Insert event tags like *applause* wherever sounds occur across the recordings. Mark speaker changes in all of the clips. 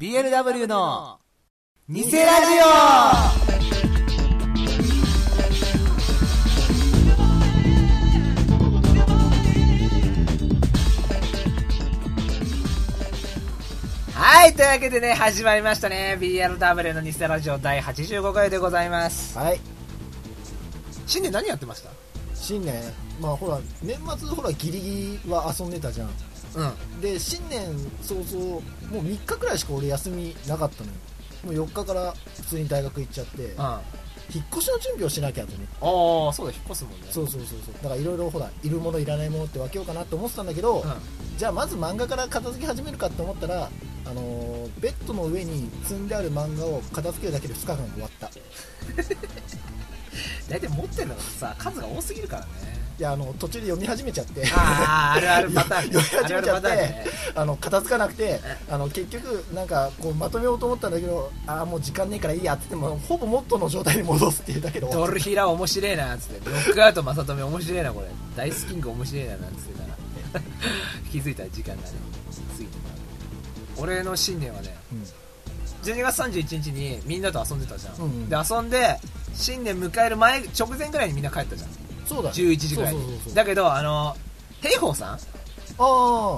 Speaker 1: BLW のニセラジオはい、というわけでね、始まりましたね。BLW のニセラジオ第85回でございます。
Speaker 2: はい
Speaker 1: 新年何やってまし
Speaker 2: 新年まあほら年末ほらギリギリは遊んでたじゃん
Speaker 1: たうん。
Speaker 2: で新年早々もう3日くらいしか俺休みなかったのよもう4日から普通に大学行っちゃっ
Speaker 1: うん。
Speaker 2: て引っ越しの準備をしなきゃとね
Speaker 1: ああ、そうだ、引っ越すもんね。
Speaker 2: そうそうそうそうだからいろいろほらいるものいらないものって分けようかなって思ってたんだけど、
Speaker 1: う
Speaker 2: じゃあまず漫画から片付け始めるかって思ったらあのーベッドの上に積んである漫画を片付けるだけで2日間終わったい
Speaker 1: ん。大体持ってんだからさ、数が多すぎるからね。
Speaker 2: やあの途中で読み始めちゃって
Speaker 1: ああ、あるあるパターンね。
Speaker 2: 読
Speaker 1: あ
Speaker 2: み始
Speaker 1: るあ
Speaker 2: め
Speaker 1: る
Speaker 2: ちゃ
Speaker 1: パ
Speaker 2: って
Speaker 1: ターンね。
Speaker 2: あの片付かなくてあの結局なんかこうまとめようと思ったんだけどああもう時間ねえからいいやって言ってもほぼ元の状態に戻すっていうだけで終わ
Speaker 1: ド
Speaker 2: っ
Speaker 1: ルヒラ面白えなっつってノックアウト正富面白えなこれダイスキング面白えななんつってたら気づいたら時間だね過ぎてた俺の新年はね12月31日にみんなと遊んでたじゃん、
Speaker 2: うんうん
Speaker 1: で遊んで新年迎える前直前ぐらいにみんな帰ったじゃん
Speaker 2: そうだ、ね、
Speaker 1: 11時ぐらいに
Speaker 2: そうそうそうそう
Speaker 1: だけどあの兵法さん
Speaker 2: あ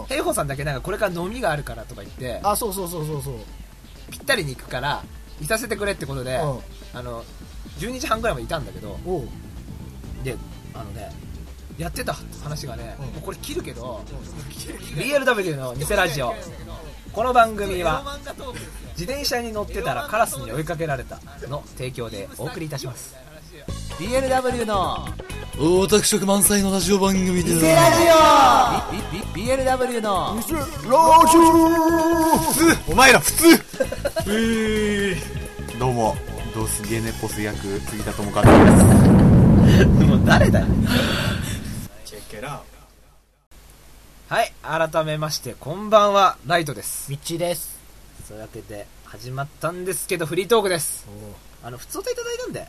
Speaker 1: 兵法さんだけなんかこれから飲みがあるからとか言って
Speaker 2: ああそうそうそうそうそう、
Speaker 1: ぴったりに行くからいさせてくれってことで、あの12時半ぐらいまでいたんだけど、
Speaker 2: うんおう
Speaker 1: であのねやってた話がね、
Speaker 2: うん
Speaker 1: もうこれ切るけど BLW の偽ラジオこの番組は自転車に乗ってたらカラスに追いかけられたの提供でお送りいたします BLW の
Speaker 3: オタク色満載のラジオ番組で
Speaker 1: 偽ラジオ BLW の
Speaker 3: 普通お前ら普通どうもドスゲネポス役杉田智和です
Speaker 1: もう誰だよはい改めましてこんばんはライトです
Speaker 2: 道です
Speaker 1: というわけで始まったんですけどフリートークです
Speaker 2: おう
Speaker 1: あの普通といただいたんで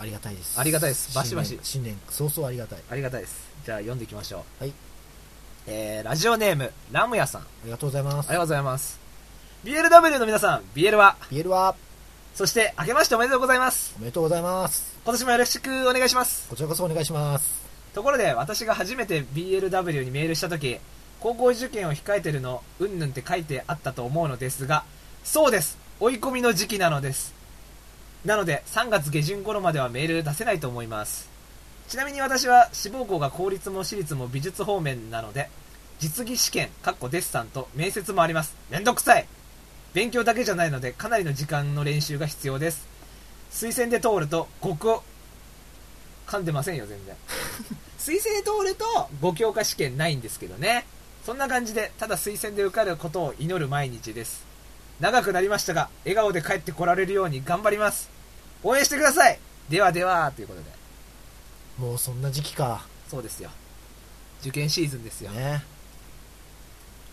Speaker 2: ありがたいです
Speaker 1: ありがたいですバシバシ
Speaker 2: 新年新年早々ありがたい
Speaker 1: ありがたいです。じゃあ読んでいきましょう。
Speaker 2: はい。
Speaker 1: えー、ラジオネーム、ラムヤさん。あ
Speaker 2: ありがとうございま
Speaker 1: り
Speaker 2: す
Speaker 1: がとうございます。BLW の皆さん、BL は、
Speaker 2: ビエルは
Speaker 1: そして、明けましておめでとうございます。
Speaker 2: おめでとうございます
Speaker 1: 今年もよろしくお願いします。
Speaker 2: こちらこそお願いします
Speaker 1: ところで、私が初めて BLW にメールしたとき、高校受験を控えてるの、うんぬんって書いてあったと思うのですが、そうです追い込みの時期なのです。なので、3月下旬頃まではメール出せないと思います。ちなみに私は志望校が公立も私立も美術方面なので、実技試験、かっこデッサンと面接もあります。めんどくさい勉強だけじゃないので、かなりの時間の練習が必要です。推薦で通ると、極を、噛んでませんよ、全然。推薦で通ると、5教科試験ないんですけどね。そんな感じで、ただ推薦で受かることを祈る毎日です。長くなりましたが、笑顔で帰ってこられるように頑張ります。応援してくださいではでは、ということで。
Speaker 2: もうそんな時期か
Speaker 1: そうですよ。受験シーズンですよ。
Speaker 2: ね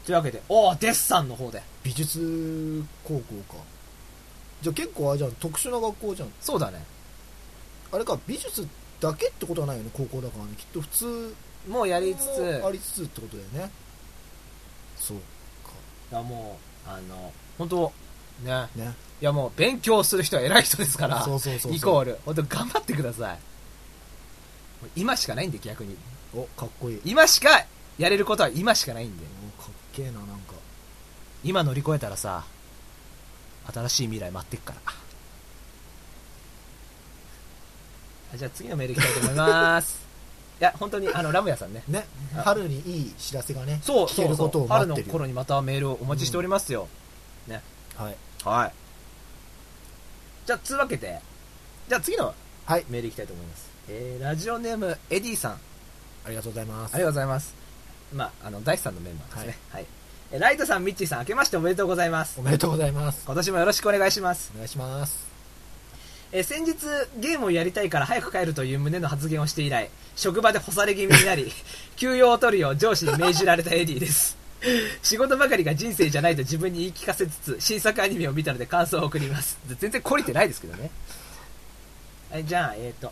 Speaker 1: というわけで、おー、デッサンの方で。
Speaker 2: 美術高校かじゃあ結構あれじゃん特殊な学校じゃん
Speaker 1: そうだね。
Speaker 2: あれか美術だけってことはないよね高校だからねきっと普通
Speaker 1: もうやりつつ、
Speaker 2: もありつつってことだよねそう
Speaker 1: いやもう、あの、本当ね。
Speaker 2: ね
Speaker 1: いやもう、勉強する人は偉い人ですから、
Speaker 2: そうそうそうそう
Speaker 1: イコール。本当頑張ってください。もう今しかないんで、逆に。
Speaker 2: おかっこいい
Speaker 1: 今しか、やれることは今しかないんで。
Speaker 2: おかっけえななんか
Speaker 1: 今乗り越えたらさ、新しい未来待ってっから。あじゃあ次のメールいきたいと思い *laughs* ます。いや、本当に、あの、ラムヤさんね。
Speaker 2: ね
Speaker 1: あ
Speaker 2: 春にいい知らせがね
Speaker 1: そう、
Speaker 2: 聞けること
Speaker 1: そうそう
Speaker 2: を待
Speaker 1: 春
Speaker 2: っ
Speaker 1: の
Speaker 2: てるよ
Speaker 1: 頃にまたメールをお待ちしておりますよ。
Speaker 2: はい
Speaker 1: はい。じゃあ、つうわけで、じゃあ次の
Speaker 2: はい
Speaker 1: メールいきたいと思います。えー、ラジオネーム、エディさん。あ
Speaker 2: ありがとうございます
Speaker 1: りがとうございます。まあ、あの、大地さんのメンバーですね。はい。えーライトさん、ミッチーさん、明けましておめでとうございます
Speaker 2: お。めでとうございます
Speaker 1: 今年もよろしくお願いします。
Speaker 2: お願いします
Speaker 1: えー先日、ゲームをやりたいから早く帰るという旨の発言をして以来、職場で干され気味になり、 *laughs* 休養を取るよう上司に命じられたエディです。仕事ばかりが人生じゃないと自分に言い聞かせつつ、新作アニメを見たので感想を送ります。全然懲りてないですけどね。はいじゃあ、えっ、と。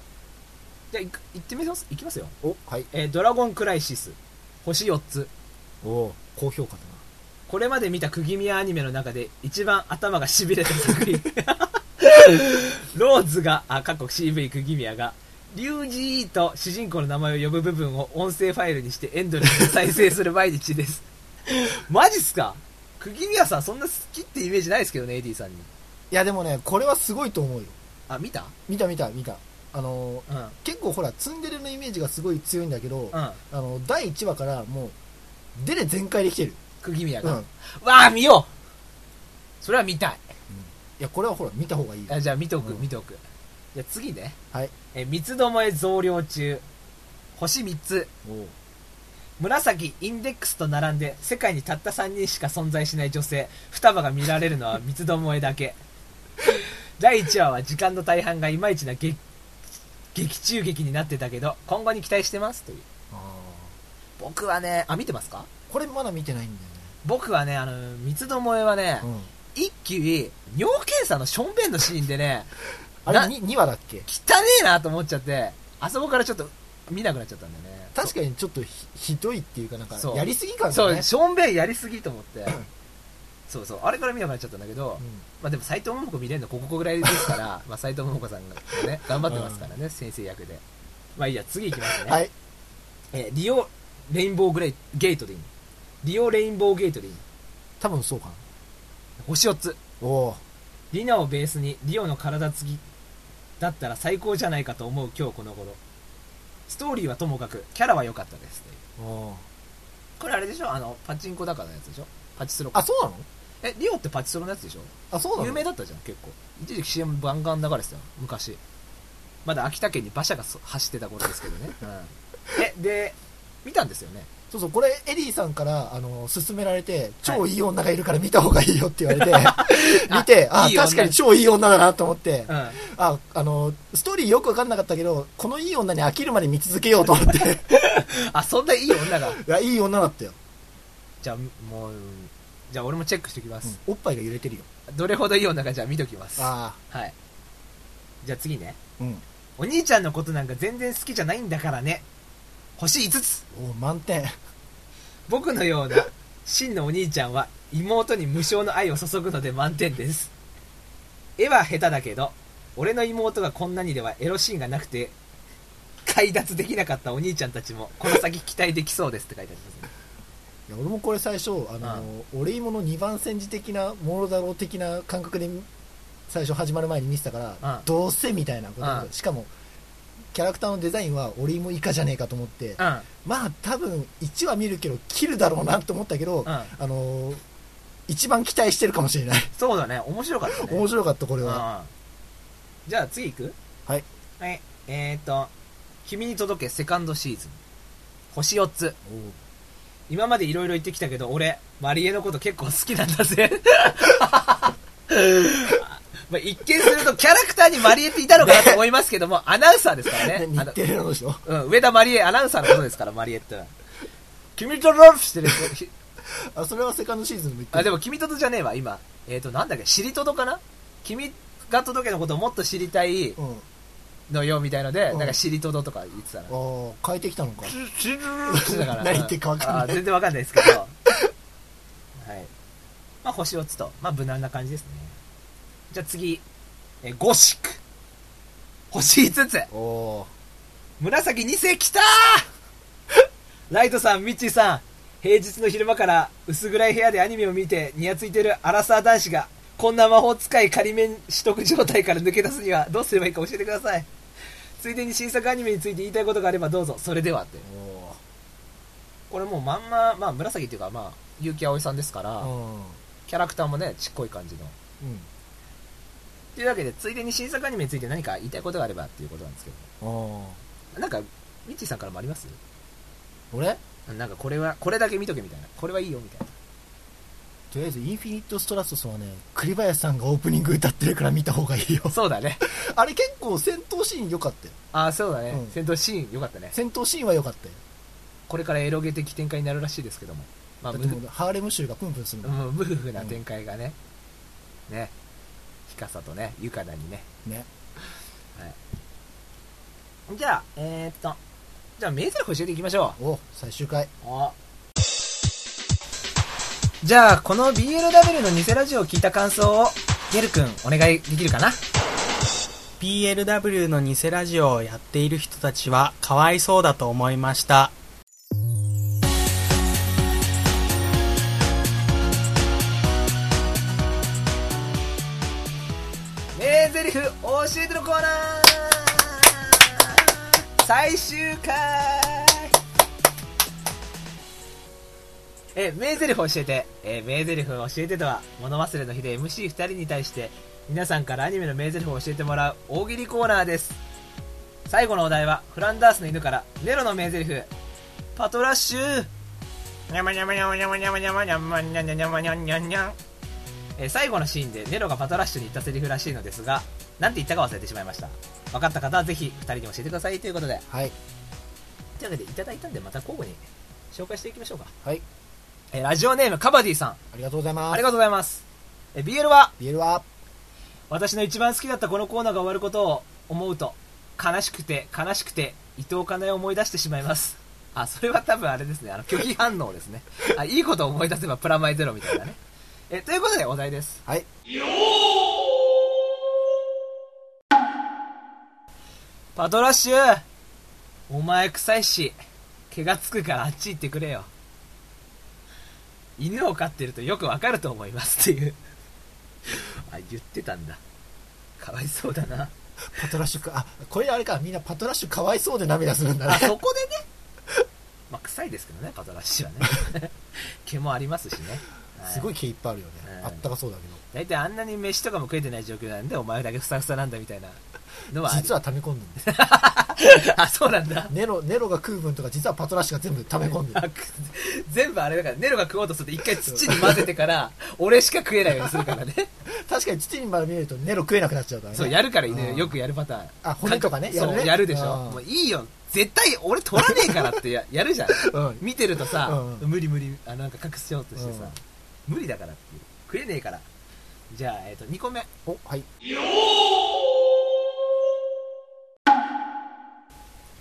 Speaker 1: じゃあ、いく行ってみます、行きますよ。
Speaker 2: おはい
Speaker 1: えードラゴンクライシス。星4つ。
Speaker 2: おお高評価だ
Speaker 1: これまで見た釘宮アニメの中で一番頭がしびれた作
Speaker 2: *laughs*
Speaker 1: 品ローズがあ過去 CV 釘宮がリュウジーと主人公の名前を呼ぶ部分を音声ファイルにしてエンドレスで再生する毎日です
Speaker 2: *laughs*
Speaker 1: マジっすか釘宮さんそんな好きってイメージないですけどね AD さんに
Speaker 2: いやでもねこれはすごいと思うよ
Speaker 1: あ見た
Speaker 2: 見た見た見たあのー
Speaker 1: うんうん
Speaker 2: 結構ほらツンデレのイメージがすごい強いんだけど、あ
Speaker 1: あ
Speaker 2: の第1話からもうデレ全開できてる、
Speaker 1: 釘宮
Speaker 2: う
Speaker 1: が、
Speaker 2: ん、
Speaker 1: わ
Speaker 2: い
Speaker 1: あ見ようそれは見たい
Speaker 2: やこれはほら見た方がいいよ
Speaker 1: あじゃあ見とく、
Speaker 2: うん
Speaker 1: 見とくじゃあ次ね
Speaker 2: はい
Speaker 1: え三つどもえ増量中星3つ紫インデックスと並んで世界にたった3人しか存在しない女性双葉が見られるのは三つどもえだけ *laughs* 第1話は時間の大半がいまいちな劇劇中劇になってたけど今後に期待してますという
Speaker 2: あ
Speaker 1: 僕はねあ見てますか
Speaker 2: ーこれまだ見てないん
Speaker 1: 僕はねあの三つどもえはね
Speaker 2: だ、よね、うん、
Speaker 1: 一気尿検査のしょんべんのシーンでね
Speaker 2: あ
Speaker 1: な
Speaker 2: れ 2, 話だっけ
Speaker 1: 汚ねえなと思っちゃってあそこからちょっと見なくなっちゃったんだよね
Speaker 2: 確かにちょっとひひどいっていうかなんか
Speaker 1: そう
Speaker 2: やりすぎ感
Speaker 1: そ
Speaker 2: が
Speaker 1: う、
Speaker 2: ね
Speaker 1: ションベンやりすぎと思って。そうそう、あれから見なくなっちゃったんだけど、
Speaker 2: うん
Speaker 1: まあでも斎藤桃子見れるのここぐらいです
Speaker 2: *laughs*
Speaker 1: から、まあ斎藤桃子さんがね、頑張ってますからね、先生役で。まあいいや、次行きますね。
Speaker 2: はい
Speaker 1: えーリオレインボーグレイゲートでいいのリオレインボーゲートでいいの
Speaker 2: 多分そうか
Speaker 1: 星4つ。
Speaker 2: なおー
Speaker 1: リナをベースにリオの体つきだったら最高じゃないかと思う今日この頃。ストーリーはともかく、キャラは良かったです。
Speaker 2: おー
Speaker 1: これあれでしょあの、パチンコだからのやつでしょパチスロか
Speaker 2: あそうなの
Speaker 1: え、リオってパチスロのやつでしょ
Speaker 2: あそうなの
Speaker 1: 有名だったじゃん結構一時期 CM バンガン流れてたよ昔まだ秋田県に馬車がそ走ってた頃ですけど
Speaker 2: *laughs*
Speaker 1: ね、うん、えで見たんですよね
Speaker 2: そうそう、これ、エリーさんから、あの、勧められて、超いい女がいるから見た方がいいよって言われて、 *laughs*
Speaker 1: *laughs*
Speaker 2: 見て、あ
Speaker 1: いい女
Speaker 2: 確かに超いい女だなと思って、
Speaker 1: うん
Speaker 2: あ、あの、ストーリーよくわかんなかったけど、このいい女に飽きるまで見続けようと思 *laughs* って、い
Speaker 1: あそんないい女が
Speaker 2: や、いい女だったよ。
Speaker 1: じゃあもうじゃあ俺もチェックしておきま
Speaker 2: うん
Speaker 1: す、
Speaker 2: おっぱいが揺れてるよ。
Speaker 1: どれほどいい女かじゃあ見ときますは
Speaker 2: あ
Speaker 1: いじゃあ次ね
Speaker 2: あ、うん。
Speaker 1: お兄ちゃんのことなんか全然好きじゃないんだからね星5つ
Speaker 2: お満点。
Speaker 1: 僕のような真のお兄ちゃんは妹に無償の愛を注ぐので満点です絵は下手だけど俺の妹がこんなにではエロシーンがなくて快脱できなかったお兄ちゃんたちもこの先期待できそうですって書いてありますね
Speaker 2: いや俺もこれ最初、あの、俺芋の二番煎じ的な、ものだろう的な感覚で、最初始まる前に見てたから、
Speaker 1: うん
Speaker 2: どうせみたいなことで、
Speaker 1: うん
Speaker 2: しかも、キャラクターのデザインは俺芋以下じゃねえかと思って、まあ多分1話見るけど切るだろうなと思ったけど、
Speaker 1: うんうん
Speaker 2: あのー一番期待してるかもしれない
Speaker 1: そうだね面白かったね
Speaker 2: 面白かったこれは、
Speaker 1: うんじゃあ次行く
Speaker 2: はい、
Speaker 1: はい、えーと「君に届けセカンドシーズン」星4つ今までいろいろ言ってきたけど俺マリエのこと結構好きなんだ *laughs* ぜまあ一見するとキャラクターにマリエっていたのかなと思いますけども、アナウンサーですからね
Speaker 2: ね
Speaker 1: あ
Speaker 2: *laughs* 日テレの人
Speaker 1: の、うん、上田マリエアナウンサーのことですからマリエってのは君とロフしてるひ
Speaker 2: あそれはセカンドシーズンでも言って
Speaker 1: *laughs*
Speaker 2: る
Speaker 1: あでも君ととじゃねえわ今えっ、ー、となんだっけ知りととかな君が届けのことをもっと知りたい
Speaker 2: うん
Speaker 1: のよみたいので、
Speaker 2: うん
Speaker 1: なんか知りとととか言ってたな
Speaker 2: ああ変えてきたのか
Speaker 1: だ
Speaker 2: *laughs*
Speaker 1: から
Speaker 2: 何言ってるか分かんない
Speaker 1: あ全然分かんないですけどはいまあ星4つとまあ無難な感じですねじゃあ次えゴシック星5つ
Speaker 2: おお
Speaker 1: 紫2世来たーライトさんミッチーさん平日の昼間から薄暗い部屋でアニメを見てニヤついてるアラサー男子がこんな魔法使い仮面取得状態から抜け出すにはどうすればいいか教えてくださいついでに新作アニメについて言いたいことがあればどうぞそれではって
Speaker 2: ーお
Speaker 1: これもうまんま、まあ、紫っていうか、まあ、結城葵さんですから、
Speaker 2: ーうん
Speaker 1: キャラクターもね、ちっこい感じの。
Speaker 2: うん
Speaker 1: というわけで、ついでに新作アニメについて何か言いたいことがあればっていうことなんですけど、
Speaker 2: おー
Speaker 1: なんか、ミッチーさんからもあります
Speaker 2: 俺
Speaker 1: なんか、これは、これだけ見とけみたいな、これはいいよみたいな。
Speaker 2: とりあえずインフィニット・ストラストさんはね栗林さんがオープニング歌ってるから見た方がいいよ *laughs*
Speaker 1: そうだね。
Speaker 2: あれ結構戦闘シーン良かったよ
Speaker 1: ああ、そうだね、
Speaker 2: うん
Speaker 1: 戦闘シーン、よかったね。
Speaker 2: 戦闘シーンは良かったよ
Speaker 1: これからエロゲ的展開になるらしいですけども、まあ、
Speaker 2: だっ
Speaker 1: 無
Speaker 2: てもうハーレム州がプンプンするもん
Speaker 1: もう無夫婦な展開がね、ね、ヒカサとね、ユカダにね。
Speaker 2: ね
Speaker 1: じゃあ、えー、っと、じゃあ、名作教えていきましょう。
Speaker 2: お最終回
Speaker 1: あじゃあ、この BLW の偽ラジオを聞いた感想を、ゲル君、お願いできるかな
Speaker 4: PLW の偽ラジオをやっている人たちはかわいそうだと思いました。
Speaker 1: 名台詞教えてのコーナー最終回え名台詞教えて、えー名台詞教えてとは物忘れの日で MC2 人に対して皆さんからアニメの名台詞を教えてもらう大喜利コーナーです最後のお題はフランダースの犬からネロの名台詞パトラッシュにゃまにゃまにゃまにゃまにゃまにゃまにゃまにゃまにゃまにゃまにゃまにゃえー最後のシーンでネロがパトラッシュに言ったセリフらしいのですがなんて言ったか忘れてしまいました分かった方はぜひ2人に教えてくださいということで
Speaker 2: はい
Speaker 1: というわけでいただいたんでまた交互に紹介していきましょうか、
Speaker 2: はい
Speaker 1: えーラジオネームカバディさん
Speaker 2: ありがとうございます
Speaker 1: ありがとうございます、えー BL は
Speaker 2: ビールは
Speaker 1: 私の一番好きだったこのコーナーが終わることを思うと悲しくて悲しくて伊藤かなえを思い出してしまいますあそれは多分あれですねあの拒否反応ですねあいいことを思い出せばプラマイゼロみたいなねえということでお題です
Speaker 2: はい
Speaker 1: パトラッシュお前臭いし毛がつくからあっち行ってくれよ犬を飼ってるとよくわかると思いますっていうあ言ってたんだかわいそうだな
Speaker 2: パトラッシュかあこれあれかみんなパトラッシュかわいそうで涙するんだ
Speaker 1: あ
Speaker 2: ね
Speaker 1: そこでねまあ臭いですけどねパトラッシュはね *laughs* 毛もありますしね、はい、
Speaker 2: *laughs* すごい毛いっぱいあるよね、
Speaker 1: はい
Speaker 2: あったかそうだけど
Speaker 1: 大体あんなに飯とかも食えてない状況なんでお前だけふさふさなんだみたいなのはある
Speaker 2: 実は溜め込んでる
Speaker 1: *laughs*
Speaker 2: んです
Speaker 1: あそうなんだ
Speaker 2: ネロネロが食う分とか実はパトラッシュが全部溜め込んで
Speaker 1: あ
Speaker 2: る
Speaker 1: く全部あれだからネロが食おうとすると一回土に混ぜてから俺しか食えないようにするから
Speaker 2: *laughs*
Speaker 1: ね
Speaker 2: 確かに父に丸見えるとネロ食えなくなっちゃうからね
Speaker 1: そうやるから犬
Speaker 2: うん
Speaker 1: よくやるパターン
Speaker 2: あ骨とかねやる
Speaker 1: そう
Speaker 2: ね
Speaker 1: やるでしょ
Speaker 2: うん
Speaker 1: もういいよ絶対俺取らねえからってや *laughs* やるじゃん
Speaker 2: うん
Speaker 1: 見てるとさ
Speaker 2: うん
Speaker 1: 無理無理あなんか隠しようとしてさ無理だからっていう食えねえからじゃあえっと2個目
Speaker 2: おはい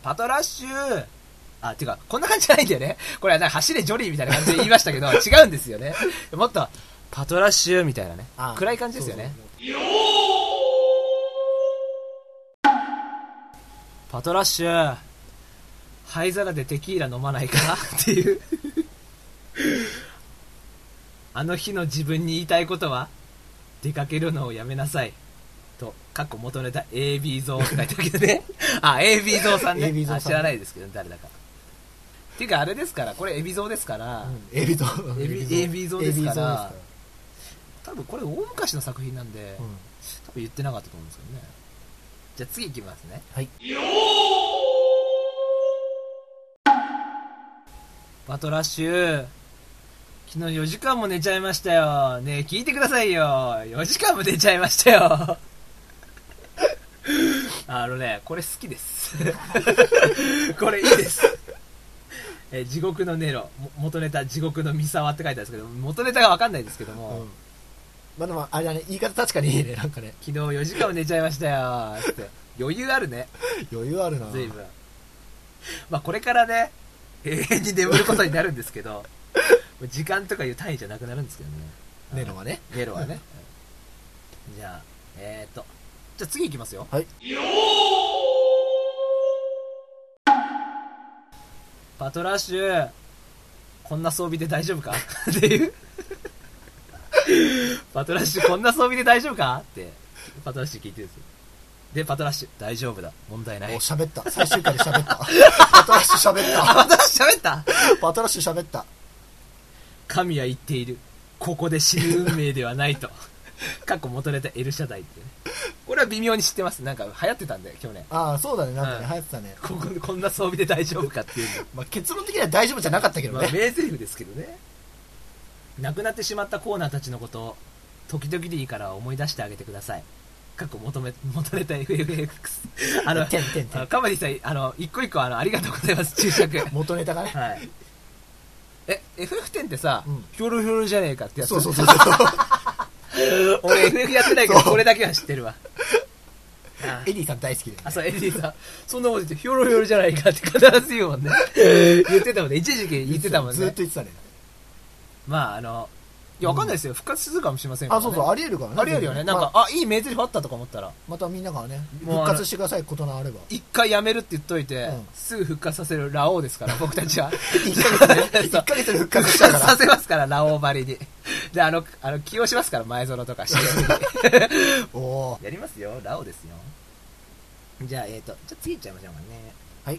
Speaker 1: パトラッシュあ、てか、こんな感じじゃないんだよね。これはなんか走れジョリーみたいな感じで言いましたけど、違うんですよね。もっと、パトラッシュみたいなね
Speaker 2: あ。
Speaker 1: 暗い感じですよね。パトラッシュ灰皿でテキーラ飲まない
Speaker 2: *laughs*
Speaker 1: かっていうあの日の自分に言いたいことは出かけるのをやめなさいと過去元ネタ AB 像って書いてあるけど
Speaker 2: *laughs*
Speaker 1: ねあ AB 像さんね
Speaker 2: AB 像さん
Speaker 1: あ知らないですけど誰だかっていうかあれですからこれエビ像ですから、
Speaker 2: エビゾ
Speaker 1: エビエビゾ
Speaker 2: ゾ
Speaker 1: ですから
Speaker 2: エビゾら
Speaker 1: 多分これ大昔の作品なんで、
Speaker 2: うん
Speaker 1: 多分言ってなかったと思うんですけどねじゃあ次いきますね
Speaker 2: はい
Speaker 1: バトラッシュ昨日4時間も寝ちゃいましたよねえ聞いてくださいよ4時間も寝ちゃいましたよあのねこれ好きです *laughs* これいいですえ地獄のネロも元ネタ地獄の三沢って書いてあるんですけど元ネタが分かんないですけども、
Speaker 2: うんまあでもあれだね言い方確かにいいねなんかね
Speaker 1: 昨日4時間も寝ちゃいましたよって余裕あるね
Speaker 2: 余裕あるな
Speaker 1: 随分まあこれからね永遠に眠ることになるんですけどもう時間とかいう単位じゃなくなるんですけどね
Speaker 2: ネロはね
Speaker 1: ゲロはねじゃあえっ、ー、とじゃあ次いきますよ
Speaker 2: はい
Speaker 1: パトラッシュこんな装備で大丈夫か *laughs* っていうパトラッシュこんな装備で大丈夫かってパトラッシュ聞いてるんですよでパトラッシュ大丈夫だ問題ない
Speaker 2: お喋った最終回で
Speaker 1: *laughs*
Speaker 2: 喋ったパトラッシュ喋った
Speaker 1: あ *laughs* パトラッシュ喋った
Speaker 2: パトラッシュ喋った
Speaker 1: 神は言っているここで死ぬ運命ではない *laughs* とかっこ元ネタエルシャダイってねこれは微妙に知ってますなんか流行ってたんで去年
Speaker 2: ああそうだねなんかね
Speaker 1: うん
Speaker 2: 流行ってたね
Speaker 1: こここんな装備で大丈夫かっていうの
Speaker 2: まあ結論的には大丈夫じゃなかったけど
Speaker 1: *laughs* まあ、名
Speaker 2: ね
Speaker 1: 台詞ですけどね亡くなってしまったコーナーたちのことを時々でいいから思い出してあげてください過去求め求めた FFX *laughs* あ
Speaker 2: *laughs*
Speaker 1: の
Speaker 2: てんてんてん
Speaker 1: あカマディさんあの一個一個あのありがとうございます注 *laughs* 釈
Speaker 2: 元ネタがね
Speaker 1: はいえ FF10 ってさ、
Speaker 2: うん
Speaker 1: ヒョロヒョロじゃねえかってやつ
Speaker 2: そうそうそうそう
Speaker 1: 俺 FF やってないけど
Speaker 2: そう
Speaker 1: これだけは知ってるわあ
Speaker 2: エディさん大好きで
Speaker 1: あそうエディさんそんなこと言ってヒョロヒョロじゃないかって必ず言うもんね言ってたもんね一時期言ってたもん
Speaker 2: ずっ
Speaker 1: ね
Speaker 2: と言ってたね
Speaker 1: まああのや、わかんないですよ。復活するかもしれませんから、
Speaker 2: あ
Speaker 1: ね。
Speaker 2: そうそうありえるからね
Speaker 1: ありえるよね。なんか、あ、いい名台詞あったとか思ったら、
Speaker 2: ままたみんなからね
Speaker 1: もうあの
Speaker 2: 復活してくださいことなあれば
Speaker 1: 一回やめるって言っといて、
Speaker 2: うん
Speaker 1: すぐ復活させるラオウですから、僕た
Speaker 2: *laughs*
Speaker 1: ちは。
Speaker 2: 1ヶ月で1ヶ月で復活し
Speaker 1: 復活
Speaker 2: たか
Speaker 1: さ
Speaker 2: ら
Speaker 1: せますから、ラオウばりに。で、あの、あの、起用しますから、前園とか CM に。
Speaker 2: おお
Speaker 1: やりますよ、ラオウですよ。じゃあ、えっ、ー、と、じゃあ次行っちゃいましょうかね。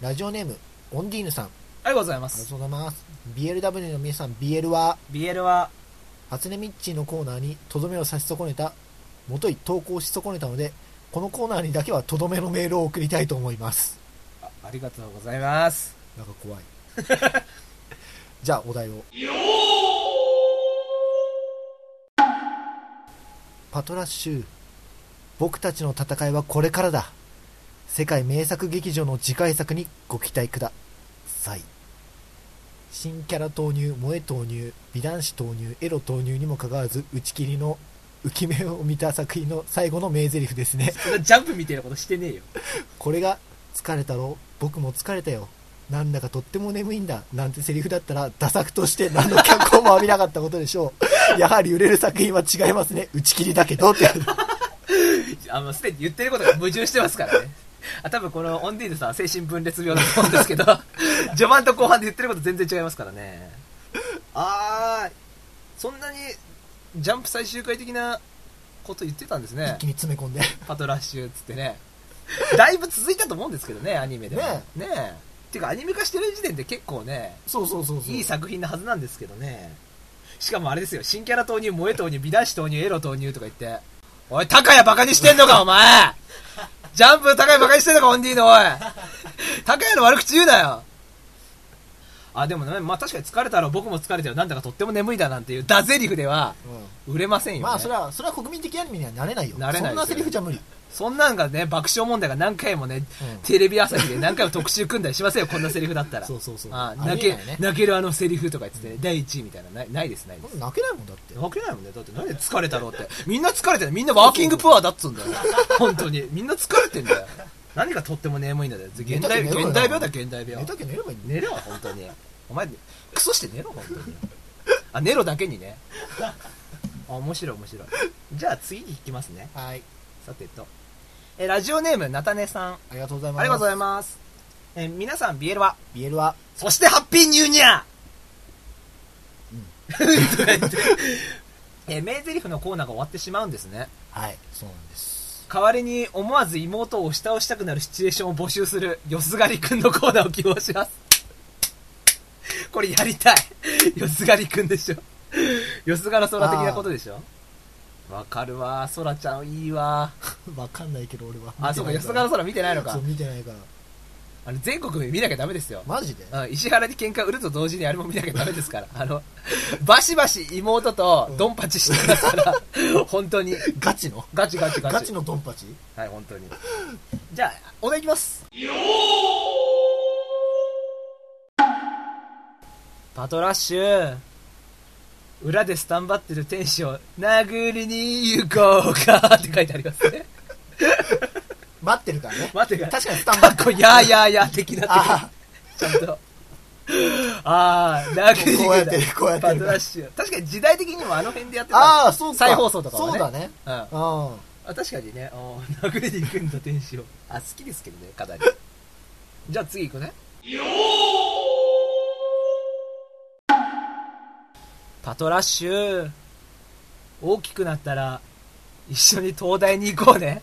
Speaker 2: ラジオネームオンディーヌさんあ
Speaker 1: ありがとうございま
Speaker 2: りが
Speaker 1: す。
Speaker 2: とうございます BLW の皆さん BL は
Speaker 1: BL は、
Speaker 2: 初音ミッチーのコーナーにとどめを差し損ねたもとい投稿し損ねたのでこのコーナーにだけはとどめのメールを送りたいと思います
Speaker 1: あありがとうございます。
Speaker 2: なんか怖い *laughs* じゃあお題をパトラッシュ僕たちの戦いはこれからだ世界名作劇場の次回作にご期待ください新キャラ投入萌え投入美男子投入エロ投入にもかかわらず打ち切りの浮き目を見た作品の最後の名台詞ですね
Speaker 1: そんな *laughs* ジャンプみたいなことしてねえよ。
Speaker 2: これが疲れたろ僕も疲れたよなんだかとっても眠いんだなんてセリフだったらダ作として何の脚光も浴びなかったことでしょう *laughs* やはり売れる作品は違いますね打ち切りだけどって
Speaker 1: あの、すでに言ってることが矛盾してますからね。 *laughs* あ、多分このオンディーヌさんは精神分裂病だと思うんですけど、 *laughs* 序盤と後半で言ってること全然違いますからね。あー、そんなに、ジャンプ最終回的なこと言ってたんですね
Speaker 2: 一。気に詰め込んで
Speaker 1: パトラッシュっつってね。 *laughs* だいぶ続いたと思うんですけどね、アニメでも。
Speaker 2: ね
Speaker 1: ねえ。てか、アニメ化してる時点で結構ね、
Speaker 2: そうそうそうそう
Speaker 1: いい作品なはずなんですけどね。しかもあれですよ、新キャラ投入、萌え投入、美男子投入、エロ投入とか言って。おい、高谷バカにしてんのか、お前ジャンプ高谷バカにしてんのか、オンディーの、おい高谷の悪口言うなよあ、でもね、まあ確かに疲れたろ、僕も疲れたよ、なんだかとっても眠いだなんていう、ダゼリフでは、売れませんよ、
Speaker 2: うん
Speaker 1: ね。
Speaker 2: まあそれはそれは国民的アニメにはなれないよ
Speaker 1: なれないですよね
Speaker 2: そんなセリフじゃ無理、
Speaker 1: そんなんがね、爆笑問題が何回もね、
Speaker 2: うん
Speaker 1: テレビ朝日で何回も特集組んだりしませんよ、こんなセリフだったら。
Speaker 2: そうそうそう
Speaker 1: あ
Speaker 2: あ
Speaker 1: 泣
Speaker 2: りえ
Speaker 1: け
Speaker 2: ないね
Speaker 1: 泣けるあのセリフとか言ってね、第1位みたいな、ないないです、ないです。
Speaker 2: 泣けないもんだって
Speaker 1: 泣けないもんね。だって何で疲れたろうって。みんな疲れてる。みんなワーキングプアだっつうんだよ。本当に。みんな疲れてんだよ。何がとっても眠いんだよ。現代、
Speaker 2: 寝たけど
Speaker 1: 現代病だよ、現代
Speaker 2: 寝
Speaker 1: 病。
Speaker 2: たけ寝ればいいんだよ
Speaker 1: 寝ろ、本当に。お前、クソして寝ろ、本当に。あ、寝ろだけにね。あ、面白い、面白い。じゃあ次に行きますね。
Speaker 2: はい
Speaker 1: さてと。え、ラジオネーム、なたねさん。
Speaker 2: ありがとうございます
Speaker 1: ありがとうございます。えー皆さん、ビエルは、
Speaker 2: ビエルは
Speaker 1: そしてハッピーニューニャーえー、名台詞のコーナーが終わってしまうんですね。
Speaker 2: はいそうなんです *laughs*
Speaker 1: 代わりに思わず妹を押し倒したくなるシチュエーションを募集する、よすがりくんのコーナーを希望します。これやりたい。よすがりくんでしょ。よすがら空的なことでしょ。わかるわ、空ちゃんいいわ。
Speaker 2: わかんないけど俺は
Speaker 1: あ、そうか、よすがら空見てないの
Speaker 2: そ
Speaker 1: か
Speaker 2: う。見てないから
Speaker 1: あの、全国見なきゃダメですよ。
Speaker 2: マジで
Speaker 1: うん石原に喧嘩売ると同時にあれも見なきゃダメですから。 *laughs* あの、バシバシ妹とドンパチしてますから、 *laughs* 本当に。
Speaker 2: ガチの
Speaker 1: ガチガチガチ。
Speaker 2: ガチのドンパチ
Speaker 1: はい、本当に。じゃあ、お題いきます。パトラッシュ。裏でスタンバってる天使を殴りに行こうかって書いてありますね。
Speaker 2: 待ってるからね
Speaker 1: 待
Speaker 2: *laughs*
Speaker 1: ってください。
Speaker 2: 確かにスタンバ
Speaker 1: か
Speaker 2: イ
Speaker 1: っこいいやーやーやー的なって
Speaker 2: あ
Speaker 1: ちゃんと。ああ、殴りに行
Speaker 2: こうやってるこうや
Speaker 1: パ
Speaker 2: って
Speaker 1: ト
Speaker 2: る
Speaker 1: ラッシュ。確かに時代的にもあの辺でやってた。
Speaker 2: ああそうか
Speaker 1: 再放送とかはね
Speaker 2: そうだね
Speaker 1: うん。あ
Speaker 2: うんは
Speaker 1: 確かにね。おー殴りに行くんだ、天使を。あ、好きですけどね、かなり。じゃあ次行くね。パトラッシュ。大きくなったら、一緒に東大に行こうね。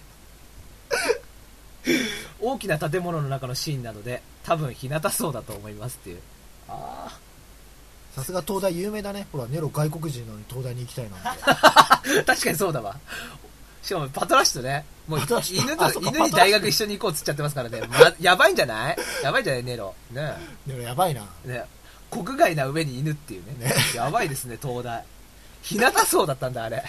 Speaker 1: 大きな建物の中のシーンなので、多分日向そうだと思いますっていう。ああ。
Speaker 2: さすが東大有名だねほらネロ外国人なのに東大に行きたいな
Speaker 1: *laughs*
Speaker 2: んて *laughs*
Speaker 1: 確かにそうだわ。しかもパトラッシュとね、もう
Speaker 2: パトラッシュ
Speaker 1: 犬
Speaker 2: あそ
Speaker 1: と
Speaker 2: うか
Speaker 1: 犬に大学一緒に行こうっつっちゃってますからね。ま、やばいんじゃ
Speaker 2: *laughs*
Speaker 1: ないやばいんじゃないネロ。ね
Speaker 2: ネロやばいな
Speaker 1: えねえ国外な上に犬っていうね。
Speaker 2: ね
Speaker 1: やばいですね、東大。日向そうだったんだ、あれ。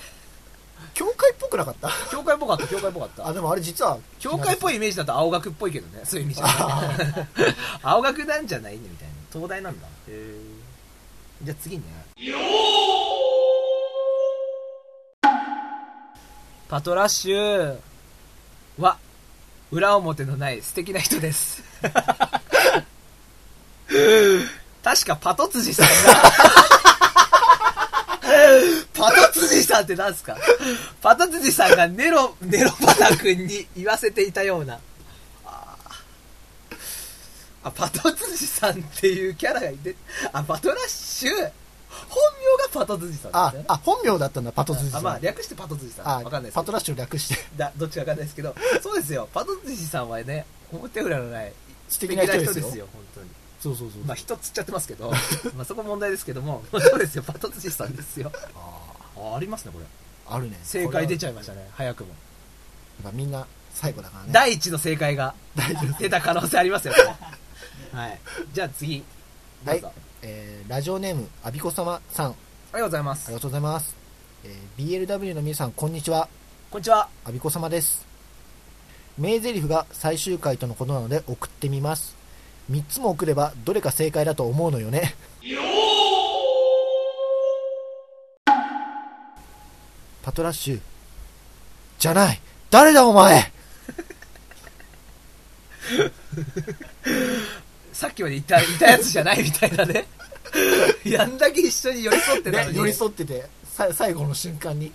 Speaker 2: 教会っぽくなかった
Speaker 1: 教会っぽかった、教会っぽかった
Speaker 2: あ。でもあれ実は
Speaker 1: 教会っぽ
Speaker 2: い
Speaker 1: いイメージだと青学っぽいけどね。そういう意味じゃない。青学なんじゃないね、みたいな。東大なんだ。へえ。じゃあ次ね。パトラッシュは、裏表のない素敵な人です。確かパト辻さんが、パトツジさんってなんすかパトツジさんがネロ、ネロバタ君に言わせていたような。あー、あパトツジさんっていうキャラがいて、あ、バトラッシュ本名がパトツジさん
Speaker 2: あ
Speaker 1: ですね、。
Speaker 2: あ、本名だったんだ、パトツジさ
Speaker 1: あ
Speaker 2: ん。
Speaker 1: まあ、略してパトツジさん。
Speaker 2: あ
Speaker 1: わかんないですけ
Speaker 2: パ
Speaker 1: ど
Speaker 2: トラッシュを略して、
Speaker 1: だどっちかわかんないですけど、そうですよ。パトツジさんはね、表裏のない
Speaker 2: 素
Speaker 1: 素敵
Speaker 2: 敵
Speaker 1: な
Speaker 2: な
Speaker 1: 人
Speaker 2: 人
Speaker 1: で
Speaker 2: ですす
Speaker 1: よ
Speaker 2: よ。。
Speaker 1: 本当に。
Speaker 2: そうそうそう。
Speaker 1: まあ、人つっちゃってますけ
Speaker 2: *laughs*
Speaker 1: ど、まあそこ問題ですけども、 *laughs* そうですよ。パトツジさんですよ。
Speaker 2: あ
Speaker 1: あ、ありますね、これ。
Speaker 2: ーあるね。
Speaker 1: 正解出ち
Speaker 2: ゃ
Speaker 1: ゃいましたね、早くも。
Speaker 2: う。やっぱみんな最後だからね。
Speaker 1: 第一の正解が
Speaker 2: 大丈夫
Speaker 1: 出た可能性ありますよ、こ
Speaker 2: *laughs*
Speaker 1: れはい。じゃあ次、どうぞ。
Speaker 2: はえーラジオネーム、あびこ様さん、あ
Speaker 1: ありがとうございま
Speaker 2: り
Speaker 1: す
Speaker 2: が。とうございます。えー BLW の皆さん、こんにちは。
Speaker 1: こんにちは。
Speaker 2: あびこ様です。名台詞が最終回とのことなので送ってみます。3つも送ればどれか正解だと思うのよね。パトラッシュ。じゃない誰だお前
Speaker 1: さっきまでいた、いたやつじゃないみたいな
Speaker 2: *laughs*
Speaker 1: ね。やんだけ一緒に寄り添ってたの
Speaker 2: ね、
Speaker 1: に、
Speaker 2: 寄り添ってて、さ最後の瞬間に。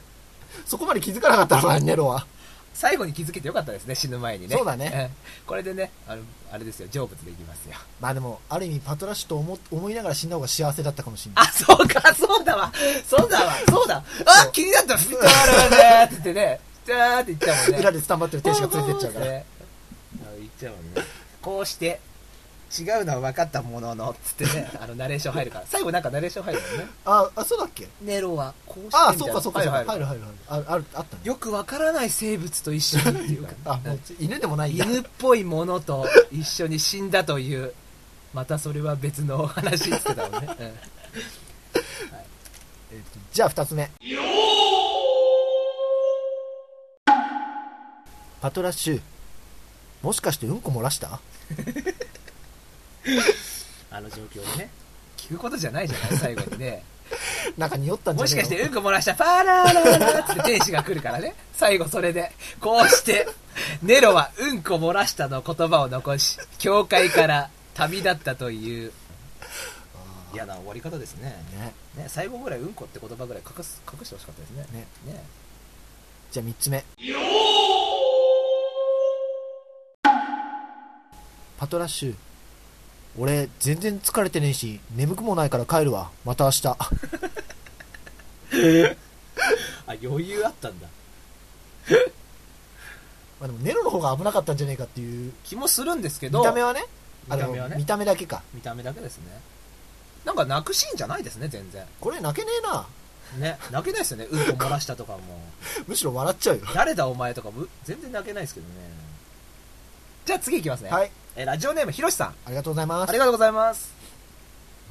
Speaker 2: そこまで気づかなかったのか、ネロは。
Speaker 1: 最後に気づけてよかったですね、死ぬ前にね。
Speaker 2: そうだね
Speaker 1: うん。これでね、あの、あれですよ、成仏できますよ。
Speaker 2: まあでも、ある意味パトラッシュと思思いながら死んだ方が幸せだったかもしれない。
Speaker 1: あ、そうか、そうだわ。そうだわ、そうだ。あ、気になった。ふたーらって言ってね、ふたーって言ったもんね。
Speaker 2: 裏でスタンバってる天使が連れてっちゃうから。
Speaker 1: ねあの言っちゃうもんねこうして違うのは分かったもののつってねあのナレーション入るから最後なんかナレーション入るもんね
Speaker 2: あ、あ、そうだっけ
Speaker 1: ネロはこうして
Speaker 2: ああ、そうかそうかそうか。
Speaker 1: はいは
Speaker 2: 入
Speaker 1: い
Speaker 2: る入る入る。あある、あったね。
Speaker 1: よく分からない生物と一緒にっていう
Speaker 2: *laughs*
Speaker 1: か
Speaker 2: あ、もう犬でもないんだ。
Speaker 1: *laughs* 犬っぽいものと一緒に死んだというまたそれは別のお話ってたもんね、うん
Speaker 2: じゃあ二つ目。パトラッシュ。もしかしてうんこ漏らした
Speaker 1: あの状況で *laughs* ね聞くことじゃないじゃない最後に *laughs* ね
Speaker 2: なんか匂ったんじゃ
Speaker 1: もし
Speaker 2: ねえの
Speaker 1: かしてうんこ漏らしたパララララって天使が来るからね。最後それで、こうして、ネロはうんこ漏らしたの言葉を残し、教会から旅立ったという。
Speaker 2: あ
Speaker 1: 嫌な終わり方ですね。
Speaker 2: ーね。
Speaker 1: ね、最後ぐらいうんこって言葉ぐらい隠す、隠してほしかったですね。
Speaker 2: ね
Speaker 1: ね。
Speaker 2: じゃあ三つ目。パトラッシュ。俺、全然疲れてねえし、眠くもないから帰るわ。また明
Speaker 1: *laughs*
Speaker 2: 日。
Speaker 1: あ、余裕あったんだ。
Speaker 2: まあでもネロの方が危なかったんじゃねえかっていう
Speaker 1: 気もするんですけど、
Speaker 2: 見た目はね
Speaker 1: 見た目はね
Speaker 2: あの見た目だけか
Speaker 1: 見た目だけですね。なんか泣くシーンじゃないですね、全然。
Speaker 2: これ泣けねえな
Speaker 1: ね。泣けないですよね、うんこ漏らしたとかも。
Speaker 2: むしろ笑っちゃうよ
Speaker 1: 誰だお前とかも、全然泣けないですけどね。じゃあ次いきますね。
Speaker 2: はい
Speaker 1: えーラジオネームひろしさん
Speaker 2: ありがとうございま
Speaker 1: あ
Speaker 2: す
Speaker 1: りがとうございます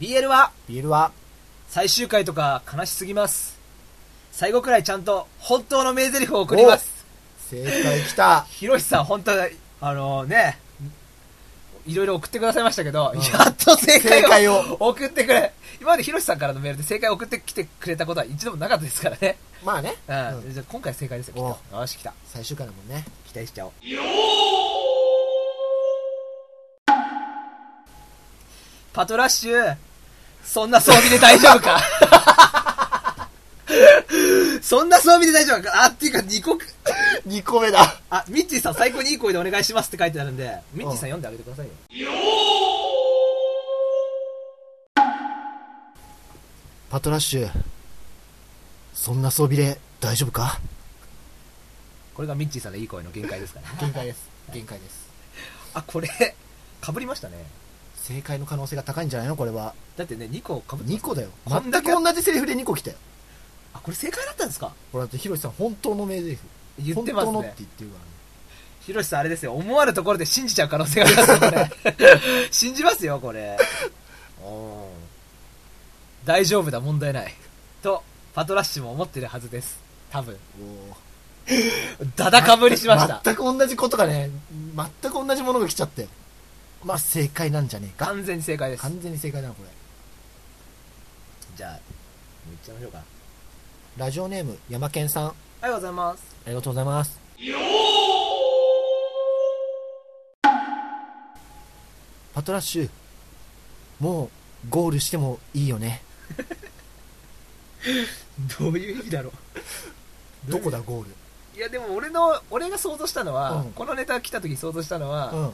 Speaker 1: BL は
Speaker 2: ビールは
Speaker 1: 最終回とか悲しすぎます最後くらいちゃんと本当の名台詞を送ります
Speaker 2: 正解きた
Speaker 1: ひろしさん本当あのねいろいろ送ってくださいましたけど、
Speaker 2: うん
Speaker 1: やっと正解を
Speaker 2: 正解を
Speaker 1: 送ってくれ今までひろしさんからのメールで正解を送ってきてくれたことは一度もなかったですからね、
Speaker 2: まあね、
Speaker 1: うん
Speaker 2: うん
Speaker 1: じゃあ今回正解ですよきっとよし来た
Speaker 2: 最終回だもんね
Speaker 1: 期待しちゃおうパトラッシュそんな装備で大丈夫か *laughs* そんな装備で大丈夫かあっていうか2個
Speaker 2: 2個目だ
Speaker 1: あミッチーさん最高にいい声でお願いしますって書いてあるんでミッチーさん読んであげてくださいよ
Speaker 2: パトラッシュそんな装備で大丈夫か
Speaker 1: これがミッチーさんのいい声の限界ですからね
Speaker 2: 限界です *laughs* 限界です
Speaker 1: あこれかぶりましたね
Speaker 2: 正解の可能性が高いんじゃないのこれは
Speaker 1: だってね2個かぶって
Speaker 2: 2個だよ
Speaker 1: こ
Speaker 2: 全
Speaker 1: んだ
Speaker 2: く
Speaker 1: け
Speaker 2: 同じセリフで2個来たよ
Speaker 1: あこれ正解だったんですか
Speaker 2: ほらだってヒロシさん本当の名台詞
Speaker 1: 言ってます
Speaker 2: 本当のって
Speaker 1: ね
Speaker 2: 言ってるからね
Speaker 1: ひろしさんあれですよ思わぬところで信じちゃう可能性がありますよこ *laughs* れ信じますよこれお大丈夫だ問題ないとパトラッシュも思ってるはずです多分
Speaker 2: おー
Speaker 1: ダダかぶりしました
Speaker 2: 全く同じことがね、全く同じものが来ちゃって。まあ、正解なんじゃねえか。
Speaker 1: 完全に正解です
Speaker 2: 完全に正解だな、これ。
Speaker 1: じゃあもういっちゃいましょうかあ
Speaker 2: ラジオネーム、山健さん。あ
Speaker 1: りがとうございます
Speaker 2: りがとうございます。パトラッシュ、もう、ゴールしてもいいよね。
Speaker 1: どういう意味だろう
Speaker 2: どこだ
Speaker 1: どう
Speaker 2: ゴール
Speaker 1: いういやでも俺の俺が想像したのは、
Speaker 2: うん
Speaker 1: このネタ来た時想像したのは、
Speaker 2: うん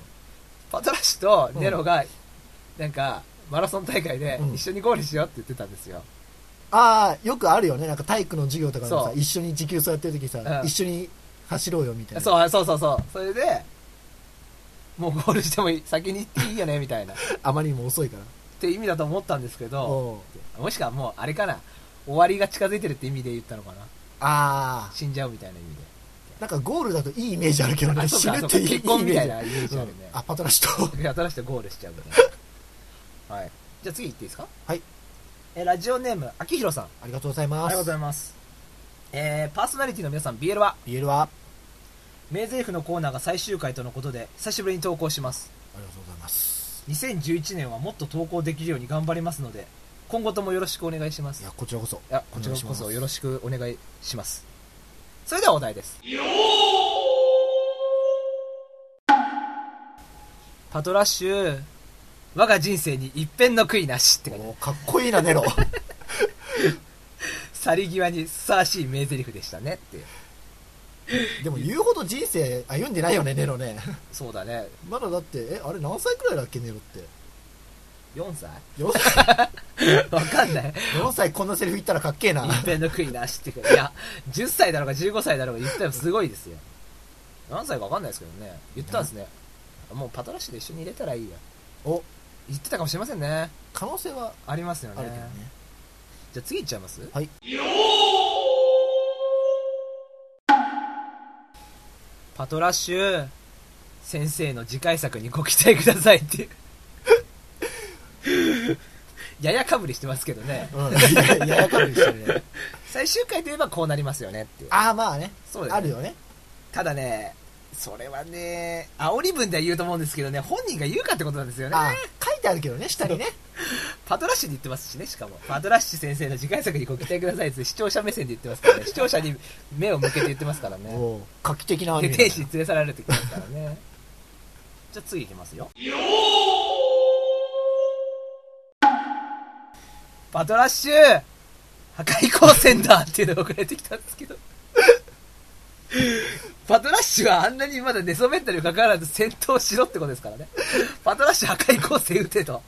Speaker 1: パトラッシュとネロが、なんかマラソン大会で
Speaker 2: うん
Speaker 1: 一緒にゴールしようって言ってたんですよ、
Speaker 2: ああよくあるよねなんか体育の授業とかでもさ
Speaker 1: そう
Speaker 2: 一緒に持久走やってる時さ、
Speaker 1: うん
Speaker 2: 一緒に走ろうよみたいな
Speaker 1: そうそうそうそうそれでもうゴールしてもいい先に行っていいよねみた
Speaker 2: *laughs*
Speaker 1: いなっ
Speaker 2: あまりにも遅いから
Speaker 1: て意味だと思ったんですけど
Speaker 2: おう
Speaker 1: もしくはもうあれかな終わりが近づいてるって意味で言ったのかな
Speaker 2: ああ
Speaker 1: 死んじゃうみたいな意味で
Speaker 2: なんかゴールだといいイメージあるけどね
Speaker 1: あ
Speaker 2: 死
Speaker 1: そうか
Speaker 2: ぬってい
Speaker 1: そう
Speaker 2: い
Speaker 1: か結婚みたいなイメージあるね
Speaker 2: うんあパトラッシュと
Speaker 1: 新しくゴールしちゃうみたいなはいじゃあ次行っていいですか
Speaker 2: はい
Speaker 1: えーラジオネームあきひろさんあ
Speaker 2: ありがとうございます
Speaker 1: いますえー、パーソナリティの皆さん BL は
Speaker 2: ビエルはあ
Speaker 1: 名台詞のコーナーが最終回とのことで久しぶりに投稿します
Speaker 2: りがとうございます
Speaker 1: 2011年はもっと投稿できるように頑張りますので今後ともよろしくお願いします
Speaker 2: いやこちらこそ
Speaker 1: いやこちらこそよろしくお願いしますそれではお題ですパトラッシュ我が人生に一片の悔いなしって書いてある
Speaker 2: おかっこいいなネロ *laughs*
Speaker 1: 去り際にふさわしい名台詞でしたねっていう
Speaker 2: でも言うほど人生歩んでないよねネロね
Speaker 1: そうだね
Speaker 2: まだだってえあれ何歳くらいだっけネロって
Speaker 1: 4歳 *laughs*
Speaker 2: 4歳
Speaker 1: わかんない *laughs*
Speaker 2: 4歳こんなセリフ言ったらかっけえな
Speaker 1: 一片の悔いなしっていうかいや10歳だろうが15歳だろうが言ったらすごいですよ何歳かわかんないですけどね言ったんですねもうパトラッシュで一緒に入れたらいいよ
Speaker 2: お
Speaker 1: 言ってたかもしれませんね
Speaker 2: 可能性は
Speaker 1: ありますよね
Speaker 2: あるけどね
Speaker 1: じゃあ次いっちゃいます
Speaker 2: はい
Speaker 1: パトラッシュ先生の次回作にご期待ください
Speaker 2: *laughs*
Speaker 1: っていうややかぶりしてますけどね
Speaker 2: うんい
Speaker 1: *laughs*
Speaker 2: やややかぶりしてるね
Speaker 1: 最終回といえばこうなりますよねっていう
Speaker 2: ああまあね
Speaker 1: そうですね
Speaker 2: あるよね
Speaker 1: ただねそれはね煽り文では言うと思うんですけどね本人が言うかってことなんですよね
Speaker 2: あー書いてあるけどね下にね
Speaker 1: パトラッシュで言ってますしねしかもパトラッシュ先生の次回作にご期待くださいって視聴者目線で言ってますからね視聴者に目を向けて言ってますからね
Speaker 2: おう画期的なアニ
Speaker 1: で
Speaker 2: メだ
Speaker 1: 天使に連れ去られてきますからね *laughs* じゃあ次いきますよパトラッシュ破壊光線だっていうのが送られてきたんですけど *laughs* パトラッシュはあんなにまだ寝そべったにもかかわらず戦闘しろってことですからねパトラッシュ破壊光線撃てと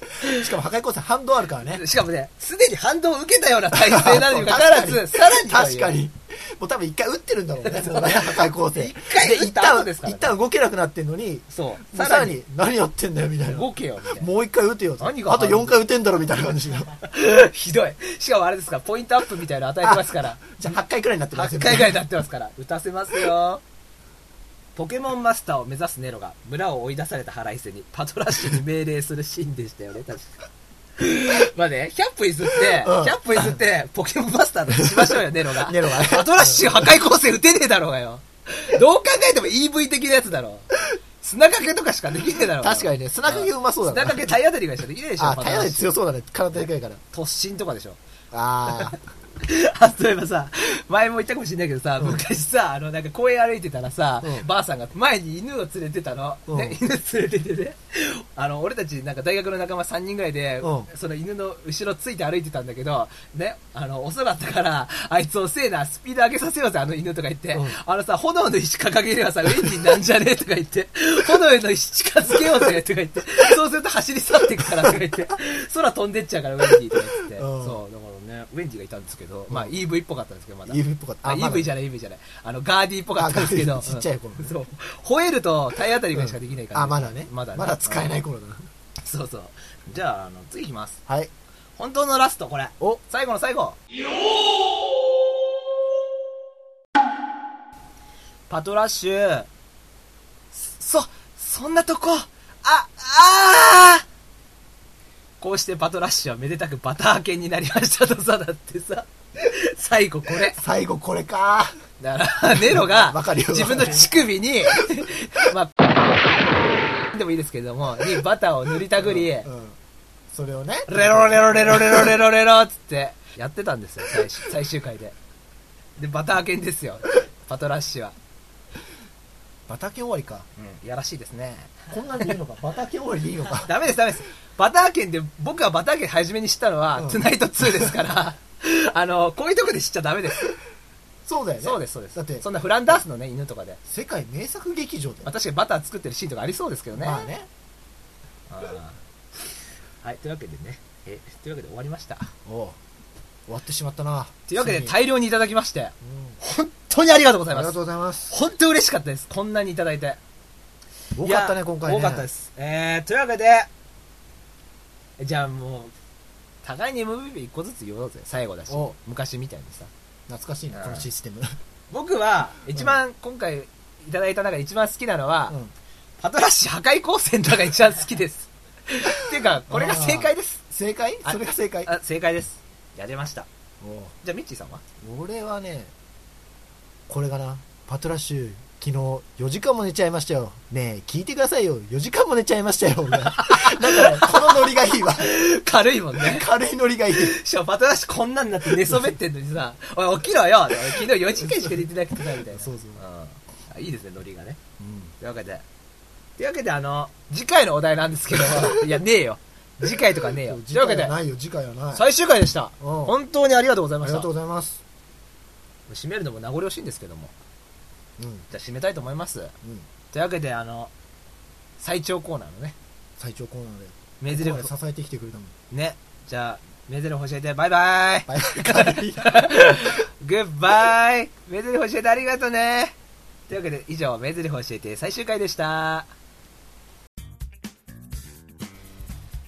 Speaker 2: しかも破壊光線反動あるからね
Speaker 1: しかもねすでに反動を受けたような体勢なのにも
Speaker 2: *laughs*
Speaker 1: かかわらず
Speaker 2: 確
Speaker 1: さらにという
Speaker 2: 確かにもう多分一回打ってるんだろうねもうね破壊光線一
Speaker 1: 回打った後ですからね
Speaker 2: 一旦動けなくなってんのに
Speaker 1: そう
Speaker 2: さらに何やってんだよみたいな
Speaker 1: 動けよみたいな
Speaker 2: もう一回打てよとあ
Speaker 1: 何がある
Speaker 2: と4回打てんだろみたいな感じが
Speaker 1: *laughs* ひどい。しかもあれですか、ポイントアップみたいなの与えてますから。
Speaker 2: じゃあ8回くらいになってます
Speaker 1: 8
Speaker 2: よ
Speaker 1: 回ぐらいになってますから。打たせますよ。ポケモンマスターを目指すネロが村を追い出された腹いせにパトラッシュに命令するシーンでしたよね、確か。まあね、100歩譲って、
Speaker 2: うん
Speaker 1: 100歩譲って、ポケモンマスターだとしましょうよ、ネロが。
Speaker 2: ネロがね
Speaker 1: パトラッシュ破壊構成打てねえだろうがよ。どう考えても EV 的なやつだろ。砂掛けとかしかできねえだろうがよ
Speaker 2: 確かにね砂掛けうまそうだ
Speaker 1: 砂
Speaker 2: な
Speaker 1: 掛け体当たりがしかできねえでしょ、パ
Speaker 2: あ
Speaker 1: トラ
Speaker 2: 体当
Speaker 1: ッ
Speaker 2: たり
Speaker 1: シュ
Speaker 2: 強そうだね体でかいから
Speaker 1: 突進とかでしょ。
Speaker 2: ああ
Speaker 1: *laughs* あそういえばさ、前も言ったかもしれないけどさ、昔さ、あの、なんか公園歩いてたらさ、
Speaker 2: うん
Speaker 1: ばあさんが前に犬を連れてたの。
Speaker 2: うん
Speaker 1: ね、犬連れててね。あの、俺たちなんか大学の仲間3人ぐらいで、
Speaker 2: うん
Speaker 1: その犬の後ろついて歩いてたんだけど、ね、あの、遅かったから、あいつ遅えな、スピード上げさせようぜ、あの犬とか言って、
Speaker 2: うん
Speaker 1: あのさ、炎の石掲げればさ、ウェンジンなんじゃねえとか言って、炎の石近づけようぜとか言って、そうすると走り去っていくからとか言って、空飛んでっちゃうから、ウェンジンとか言って。
Speaker 2: うん
Speaker 1: そうだからね、ウェンジがいたんですけど、まあ EV っぽかったんですけど、まだ。
Speaker 2: EV っぽかった
Speaker 1: あ
Speaker 2: あまだ
Speaker 1: EV じゃない、EV じゃない。あの、ガーディーっぽかったんですけ
Speaker 2: あ
Speaker 1: ど。
Speaker 2: ガーディーちっちゃい頃
Speaker 1: うんそう。吠えると体当たりぐらいしかできないから。
Speaker 2: あまだね
Speaker 1: まだ
Speaker 2: まだ使えない
Speaker 1: うん
Speaker 2: 頃だな
Speaker 1: そうそう。じゃあ、あの、次いきます。
Speaker 2: はい
Speaker 1: 本当のラスト、これ。
Speaker 2: お
Speaker 1: 最後の最後。パトラッシュ。そ、そんなとこ。あ、ああこうしてパトラッシュはめでたくバター犬になりましたとさ、だってさ。最後これ。
Speaker 2: 最後これか
Speaker 1: だから、ネロが
Speaker 2: *laughs* わかるよ
Speaker 1: 自分の乳首に、まあ、でもいいですけれども、にバターを塗りたぐり、
Speaker 2: うんそれをね
Speaker 1: レロレロレロレロレロレロっつってやってたんですよ最終最終回ででバター犬ですよパトラッシュは、
Speaker 2: 畑終わりか
Speaker 1: うん、やらしいですね
Speaker 2: こんなんでい
Speaker 1: *laughs*
Speaker 2: いのか畑終わりでいいのか
Speaker 1: ダメですダメですバター犬で僕がバター犬初めに知ったのは、
Speaker 2: うん
Speaker 1: トゥナイト2ですからあの、こういうとこで知っちゃダメです。
Speaker 2: そうだよね。
Speaker 1: そうです、そうです。
Speaker 2: だって
Speaker 1: そんなフランダースのね、犬とかで。
Speaker 2: 世界名作劇場だ
Speaker 1: まあ、
Speaker 2: よ。
Speaker 1: 確かにバター作ってるシーンとかありそうですけどね。
Speaker 2: まあね。
Speaker 1: あーはい、というわけでね。え、というわけで終わりました。
Speaker 2: おう終わってしまったな。
Speaker 1: というわけで
Speaker 2: ついに
Speaker 1: 大量にいただきまして、
Speaker 2: うん
Speaker 1: 本当にありがとうござい
Speaker 2: あり
Speaker 1: ま
Speaker 2: が
Speaker 1: す
Speaker 2: と。うございます。
Speaker 1: 本当嬉しかったです。こんなにいただいて。
Speaker 2: 多かった
Speaker 1: い
Speaker 2: ね、
Speaker 1: や
Speaker 2: 今回ね。
Speaker 1: 多かったで。す。えー、というわけで、じゃあもう、互いに MVP1 個ずつ言おうぜ。最後だし
Speaker 2: お。
Speaker 1: 昔みたいにさ。
Speaker 2: 懐かしいな、
Speaker 1: うん
Speaker 2: このシステム。
Speaker 1: 僕は、一番、今回いただいた中で一番好きなのは、
Speaker 2: うん
Speaker 1: パトラッシュ破壊光線とかが一番好き *laughs* です。っていうか、これが正解です。
Speaker 2: 正解
Speaker 1: あ
Speaker 2: それが正解。
Speaker 1: あ、正解です。やれました。
Speaker 2: お
Speaker 1: じゃあ、ミッチーさんは
Speaker 2: う俺はね、これかな。パトラッシュ、昨日4時間も寝ちゃいましたよ。ねえ、聞いてくださいよ。4時間も寝ちゃいましたよ。
Speaker 1: *laughs*
Speaker 2: 俺だから、このノリがいいわ。
Speaker 1: 軽いもんね。
Speaker 2: 軽いノリがいい。
Speaker 1: しかもパトラッシュこんなんなって寝そべってんのにさ、おい、起きろよ俺昨日4時間しか寝てなくてさ、みたいな。
Speaker 2: そうそう
Speaker 1: うんあいいですね、ノリがね。
Speaker 2: うん
Speaker 1: というわけで。というわけで、あの、次回のお題なんですけども、
Speaker 2: *laughs*
Speaker 1: いや、ねえよ。次回とかねえよ。とい
Speaker 2: 次
Speaker 1: うわけ
Speaker 2: 回は
Speaker 1: で、
Speaker 2: ないよ、次回はない。
Speaker 1: 最終回でした。
Speaker 2: うん
Speaker 1: 本当にありがとうござい
Speaker 2: あ
Speaker 1: ま
Speaker 2: り
Speaker 1: した
Speaker 2: がと。うございます。
Speaker 1: 締めるのも名残惜しいんですけども。
Speaker 2: うん、う
Speaker 1: じゃあ締めたいと思います。
Speaker 2: ん。
Speaker 1: というわけで、あの、最長コーナーのね、
Speaker 2: 最長コーナーで。
Speaker 1: 名ゼ
Speaker 2: こ
Speaker 1: リ
Speaker 2: こまで
Speaker 1: フ、
Speaker 2: 支えてきてくれ
Speaker 1: *laughs*
Speaker 2: たもん。
Speaker 1: ね。じゃあ、名ゼリフ教えて、バイバイ
Speaker 2: バイバイ。
Speaker 1: グッバイ名ゼリフ教えてありがとねというわけで、以上、名ゼリフ教えて最終回でした。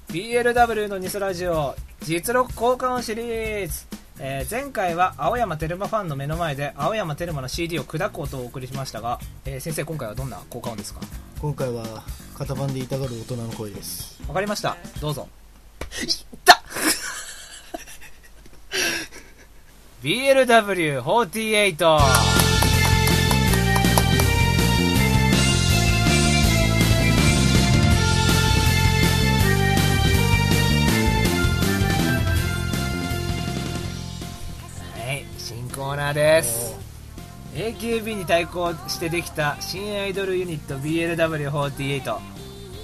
Speaker 1: BLW のニソラジオ実録交換シリーズ、えー前回は青山テルマファンの目の前で青山テルマの CD を砕く音をお送りしましたが、えー先生今回はどんな効果音ですか
Speaker 2: 今回は、型番で痛がる大人の声です。
Speaker 1: わかりましたどうぞいった BLW48 はい新コーナーです
Speaker 2: おう
Speaker 1: AKB に対抗してできた新アイドルユニット BLW48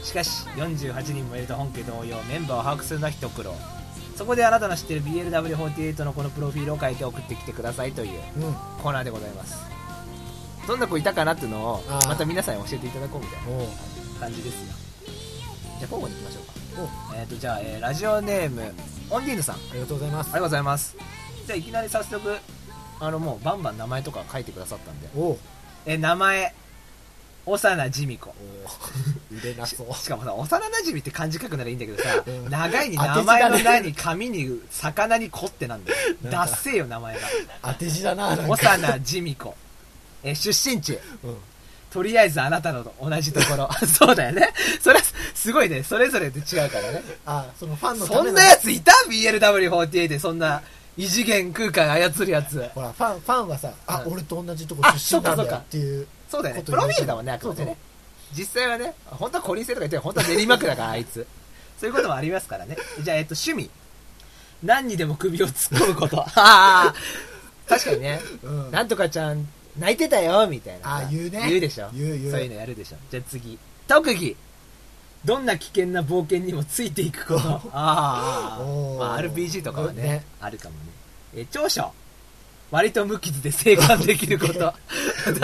Speaker 1: しかし48人もいると本家同様メンバーを把握するのは一苦労そこであなたの知ってる BLW48 のこのプロフィールを書いて送ってきてくださいという
Speaker 2: うん。お
Speaker 1: コーナーでございますどんな子いたかなっていうのを
Speaker 2: あー
Speaker 1: また皆さんに教えていただこうみたいな
Speaker 2: う
Speaker 1: 感じですよじゃあ交互にいきましょうか
Speaker 2: おう
Speaker 1: えっ、とじゃあ、えーラジオネームオンディーヌさんあ
Speaker 2: ありがとうございます
Speaker 1: りが。とうございますじゃあいきなり早速あのもうバンバン名前とか書いてくださったんで
Speaker 2: *laughs* おう
Speaker 1: え名前幼じみ子
Speaker 2: お入れなそう。
Speaker 1: しかもさ幼なじみって漢字書くならいいんだけどさ
Speaker 2: *laughs* うん
Speaker 1: 長いに
Speaker 2: 当て字
Speaker 1: 名
Speaker 2: だね
Speaker 1: 前の名に紙に魚に子ってなんだよ
Speaker 2: なん
Speaker 1: ダ
Speaker 2: か
Speaker 1: ッセーよ名前が
Speaker 2: 当て字だな、なんか。
Speaker 1: 幼じみ子え出身地
Speaker 2: うん。
Speaker 1: とりあえずあなたのと同じところ *laughs* そうだよねそれはすごいねそれぞれで違うからね
Speaker 2: あ、そのファンのた
Speaker 1: そ
Speaker 2: め
Speaker 1: ん
Speaker 2: の
Speaker 1: なやついた BLW48 でそんな異次元空間操るやつ
Speaker 2: ほら、ファン、ファンはさ、あ、
Speaker 1: うん
Speaker 2: 俺と同じとこ
Speaker 1: あ
Speaker 2: 出身な
Speaker 1: そうかそ
Speaker 2: んだ
Speaker 1: う
Speaker 2: よ
Speaker 1: か
Speaker 2: っていう。
Speaker 1: そうだよね。
Speaker 2: こと
Speaker 1: プ
Speaker 2: 言
Speaker 1: ロ
Speaker 2: う
Speaker 1: フィ
Speaker 2: と
Speaker 1: ールだもんね、あくまでね。実際はね、本当はコリンセとか言ってる本当は練馬区だから、あい
Speaker 2: *laughs*
Speaker 1: つ。そういうこともありますからね。じゃあ、えっと、趣味。何にでも首を突っ込む *laughs* こと。ああ確かにね。
Speaker 2: うん。
Speaker 1: なんとかちゃん、泣いてたよ、みたいな。
Speaker 2: あ言うね
Speaker 1: 言うでしょ。
Speaker 2: 言う言う
Speaker 1: そういうのやるでしょ。じゃあ次。特技。どんな危険な冒険にもついてい
Speaker 2: *laughs*
Speaker 1: くこと。ああ
Speaker 2: おー
Speaker 1: まあ、RPG とかはね、
Speaker 2: ね
Speaker 1: あるかもね。えー長所。割と無傷で生還できる
Speaker 2: *laughs*
Speaker 1: こと。
Speaker 2: あれ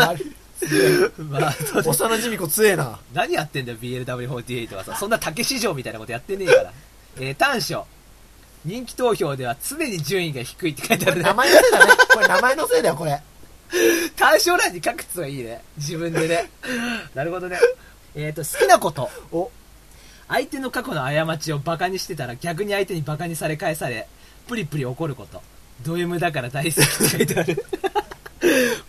Speaker 1: まあ、そうです
Speaker 2: 幼馴染子強えな。
Speaker 1: 何やってんだよ、BLW48 はさ。そんな竹市場みたいなことやってねえ *laughs* から。えー短所。人気投票では常に順位が低いって書いてあるね
Speaker 2: 名。前のせいだね。これ名前のせいだよ、これ。
Speaker 1: *laughs* 短所欄に書くつはいいね。自分で *laughs* ね。なるほどね。えっ、と、好きなこと。
Speaker 2: お、
Speaker 1: 相手の過去の過ちをバカにしてたら逆に相手にバカにされ返され、プリプリ怒ること。ド M だから大好きって書いてあ *laughs* る。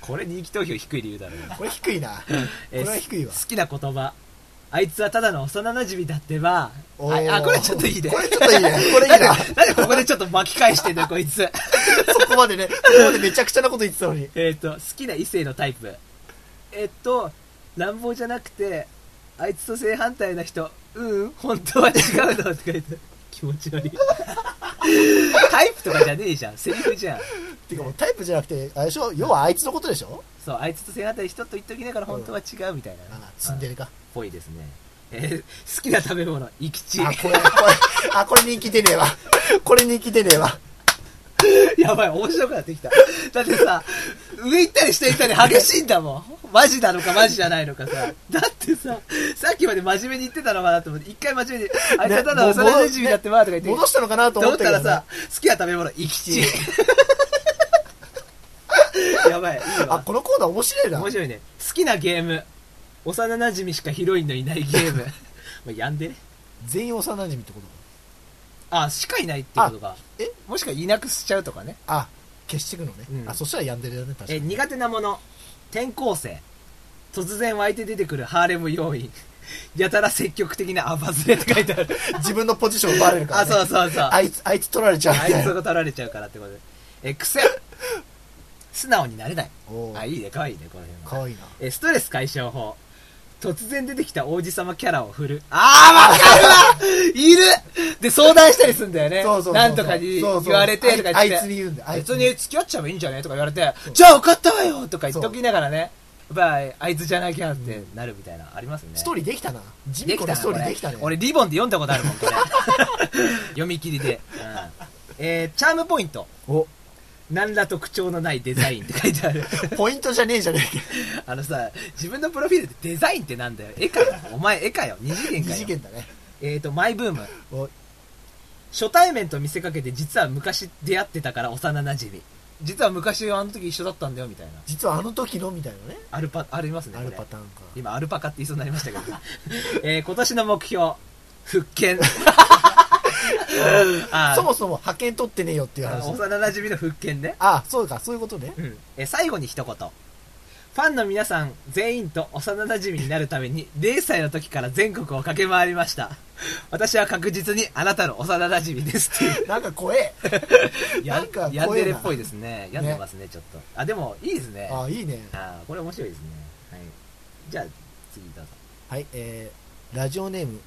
Speaker 1: これ人気投票低い理由だろうな。
Speaker 2: これ低いな。
Speaker 1: えー
Speaker 2: これは低いわ
Speaker 1: 好きな言葉。あいつはただの幼馴染だってば。
Speaker 2: お
Speaker 1: あ
Speaker 2: ー
Speaker 1: あ、これちょっといいね。
Speaker 2: これちょっとい
Speaker 1: *laughs*
Speaker 2: いね。これいいな。
Speaker 1: なんでここでちょっと巻き返してんだよ、こいつ。 *laughs*
Speaker 2: そこまでね、そこまでめちゃくちゃなこと言ってたのに。
Speaker 1: えっと、好きな異性のタイプ。えっと、乱暴じゃなくて、あいつと正反対な人、うん、本当は違うのって書いてある。 *laughs* 気持ち悪い。タイプとかじゃねえじゃん。セリフじゃん。
Speaker 2: てかもうタイプじゃなくて、あれでしょ要はあいつのことでしょ
Speaker 1: そう、あいつと正反対の人と言っときながら本当は違うみたいな。
Speaker 2: あ、ツンデレか。
Speaker 1: っぽいですね。えー好きな食べ物、生き地。
Speaker 2: あ、これ、これ、あ、これ人気出ねえわ。これ人気出ねえわ。
Speaker 1: *laughs* やばい、面白くなってきた。だってさ、上行ったり下行ったり激しいんだもん。マジなのかマジじゃないのかさ。だってさ、さっきまで真面目に言ってたのかなと思って、一回真面目に、あいつはただの幼馴染だってばとか言って、
Speaker 2: 戻したのかな
Speaker 1: と
Speaker 2: と思
Speaker 1: 思
Speaker 2: っ
Speaker 1: ったた
Speaker 2: けど
Speaker 1: ら
Speaker 2: ね
Speaker 1: さ、好きな食べ物、生き *laughs* 地。やばい、いい
Speaker 2: あ
Speaker 1: わ。
Speaker 2: このコーナー面白いな
Speaker 1: 面白いね。好きなゲーム。幼馴染しかヒロインのいないゲー *laughs* ム。もうやんで。
Speaker 2: 全員幼馴染ってこと
Speaker 1: あ、しかいないってことか。
Speaker 2: え
Speaker 1: もしかいなくしちゃうとかね。
Speaker 2: あ消してくのね、
Speaker 1: うん
Speaker 2: あそしたらやんでるよね確か
Speaker 1: え
Speaker 2: に
Speaker 1: 苦手なもの転校生突然湧いて出てくるハーレム要員 *laughs* やたら積極的なアバズレって書いてあ
Speaker 2: *laughs*
Speaker 1: る
Speaker 2: 自分のポジションバレるから、
Speaker 1: あ
Speaker 2: ね、
Speaker 1: そうそうそう
Speaker 2: あ
Speaker 1: あい
Speaker 2: いつあいつ取られちゃうみたい
Speaker 1: つが
Speaker 2: な
Speaker 1: 取られちゃうからってことでえ癖素直になれない
Speaker 2: お
Speaker 1: あ
Speaker 2: ー
Speaker 1: いいねかわいいねこの辺
Speaker 2: か
Speaker 1: は
Speaker 2: わいいな
Speaker 1: えストレス解消法突然出てきた王子様キャラを振るああわかるわいるで相談したりすんだよね
Speaker 2: そうそうそう
Speaker 1: なんとかに
Speaker 2: そうそう
Speaker 1: 言われてとか言って
Speaker 2: あいあいつに言うんだあいつ
Speaker 1: 別に付き合っちゃえばいいんじゃねとか言われて、じゃあ分かったわよとか言っときながらね、やっぱあいつじゃなきゃってなるみたいな、ありますね。
Speaker 2: ストー
Speaker 1: リ
Speaker 2: リーできたなジミコのストーリーできたね
Speaker 1: 俺、リボンで読んだことあるもん、こ
Speaker 2: *laughs*
Speaker 1: れ。読み切りで。うんえーチャームポイント。
Speaker 2: お
Speaker 1: 何ら特徴のないデザインって書いてあ
Speaker 2: *laughs*
Speaker 1: る。
Speaker 2: ポイントじゃねえじゃねえ
Speaker 1: *laughs*
Speaker 2: か
Speaker 1: あのさ、自分のプロフィールでデザインってなんだよ。絵かよ。お前絵かよ。二次元
Speaker 2: 二
Speaker 1: かよ。
Speaker 2: 次元だね
Speaker 1: えーと、マイブーム。
Speaker 2: お
Speaker 1: 初対面と見せかけて実は昔出会ってたから幼馴染み。実は昔あの時一緒だったんだよみたいな。
Speaker 2: 実はあの時のみたいなね
Speaker 1: アルパ、ありますね。
Speaker 2: ある
Speaker 1: これ
Speaker 2: パターンか
Speaker 1: 今、アルパカって言いそうになりましたけど。 *laughs* えー、今年の目標、復権。 *laughs* あー
Speaker 2: そもそも派遣取ってねえよっていう
Speaker 1: あー
Speaker 2: 話
Speaker 1: 幼馴染の復権ね。
Speaker 2: あそうかそういうことね
Speaker 1: うん。えー、最後に一言。ファンの皆さん全員と幼馴染になるために、0歳の時から全国を駆け回りました。私は確実にあなたの幼馴染ですっていう。
Speaker 2: なんか怖え
Speaker 1: や
Speaker 2: *laughs* なんか怖えな
Speaker 1: やんでるっぽいですね。やんでますね、ちょっと。あ、でも、いいですね。あ
Speaker 2: あいいね
Speaker 1: あー、これ面白いですね。はい。じゃあ、次どうぞ。
Speaker 2: はいえー、ラジオネーム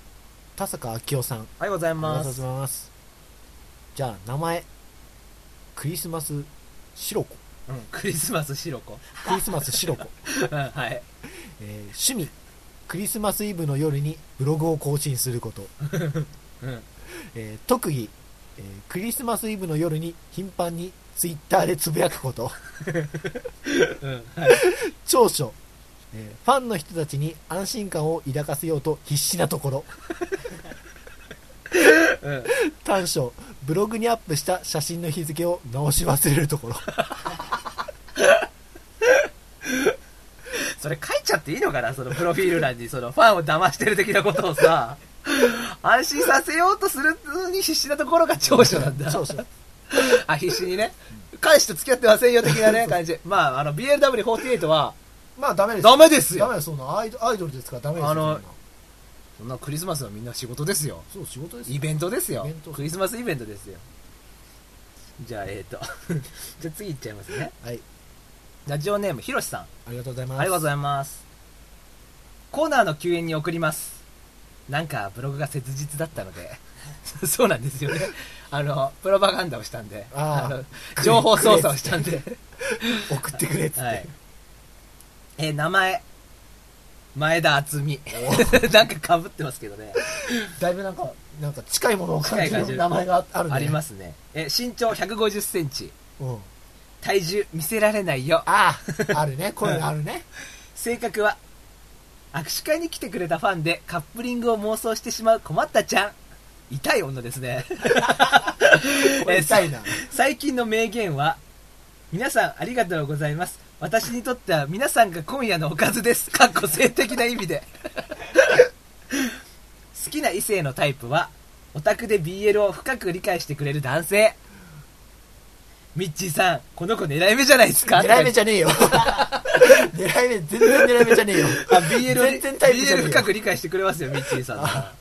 Speaker 2: 田坂昭夫さんあり
Speaker 1: おはようござい
Speaker 2: がとう
Speaker 1: ま
Speaker 2: ご
Speaker 1: す。
Speaker 2: ざいますじゃあ名前クリスマス
Speaker 1: *laughs*
Speaker 2: シロコ
Speaker 1: うん、クリスマス白子。
Speaker 2: クリスマスシロコ、
Speaker 1: うんはい。
Speaker 2: えー趣味クリスマスイブの夜にブログを更新すること、
Speaker 1: うん。
Speaker 2: えー特技、えークリスマスイブの夜に頻繁にツイッターでつぶやくこと
Speaker 1: うん。はい。
Speaker 2: 長所、えーファンの人たちに安心感を抱かせようと必死なところ
Speaker 1: うん。
Speaker 2: 短所ブログにアップした写真の日付を直し忘れる
Speaker 1: *laughs*
Speaker 2: ところ
Speaker 1: それ書いちゃっていいのかなそのプロフィール欄に、そのファンを騙してる的なことをさ、安心させようとするのに必死なところが長所なんだ。
Speaker 2: 長所
Speaker 1: あ、必死にね。彼氏と付き合ってませんよ的なね、感じ。まあ、あの、BLW48 は、
Speaker 2: まあダメです
Speaker 1: ダメです
Speaker 2: ダメ
Speaker 1: よ
Speaker 2: ですそんなアイドアイドルですからダメですよ
Speaker 1: あの
Speaker 2: そんな
Speaker 1: そんなクリスマスはみんな仕事ですよ。
Speaker 2: そう仕事です
Speaker 1: イベントですよ
Speaker 2: イベント。
Speaker 1: クリスマスイベントですよ。じゃあ、えっ、ー、と。 *laughs* じゃあ次行っちゃいますね。
Speaker 2: はい
Speaker 1: ラジオネーム、ひろしさん。
Speaker 2: ありがとうございます
Speaker 1: ありがとうございます。コーナーの救援に送ります。なんか、ブログが切実だったので、 *laughs* そうなんですよね。あの、プロパガンダをしたんで、
Speaker 2: あー
Speaker 1: の情報操作をしたんで、
Speaker 2: 送ってくれっつって、
Speaker 1: はい。えー名前、前田敦美。 *laughs* なんか被ってますけどね。
Speaker 2: *laughs* だいぶなんかなんか近いものを感
Speaker 1: 近
Speaker 2: じ
Speaker 1: い感じ
Speaker 2: る名前があるね、
Speaker 1: ありますすね。えー身長150センチ。
Speaker 2: うん、
Speaker 1: 体重見せられないよ。
Speaker 2: あああるねこれあ
Speaker 1: *laughs*
Speaker 2: るね
Speaker 1: 性格は握手会に来てくれたファンでカップリングを妄想してしまう困ったちゃん痛い女ですね
Speaker 2: これ痛いな
Speaker 1: 最近の名言は皆さんありがとうございます私にとっては皆さんが今夜のおかずですかっこ性的な意味で *laughs* 好きな異性のタイプはオタクで BL を深く理解してくれる男性ミッチーさんこの子狙い目じゃないですか
Speaker 2: 狙い目じゃねえよ *laughs* 狙い目全然狙い目じゃねえよ
Speaker 1: あ、BL を
Speaker 2: 全然タイプじゃねえ
Speaker 1: BL
Speaker 2: よ
Speaker 1: 深く理解してくれますよ、ミッチーさんなら。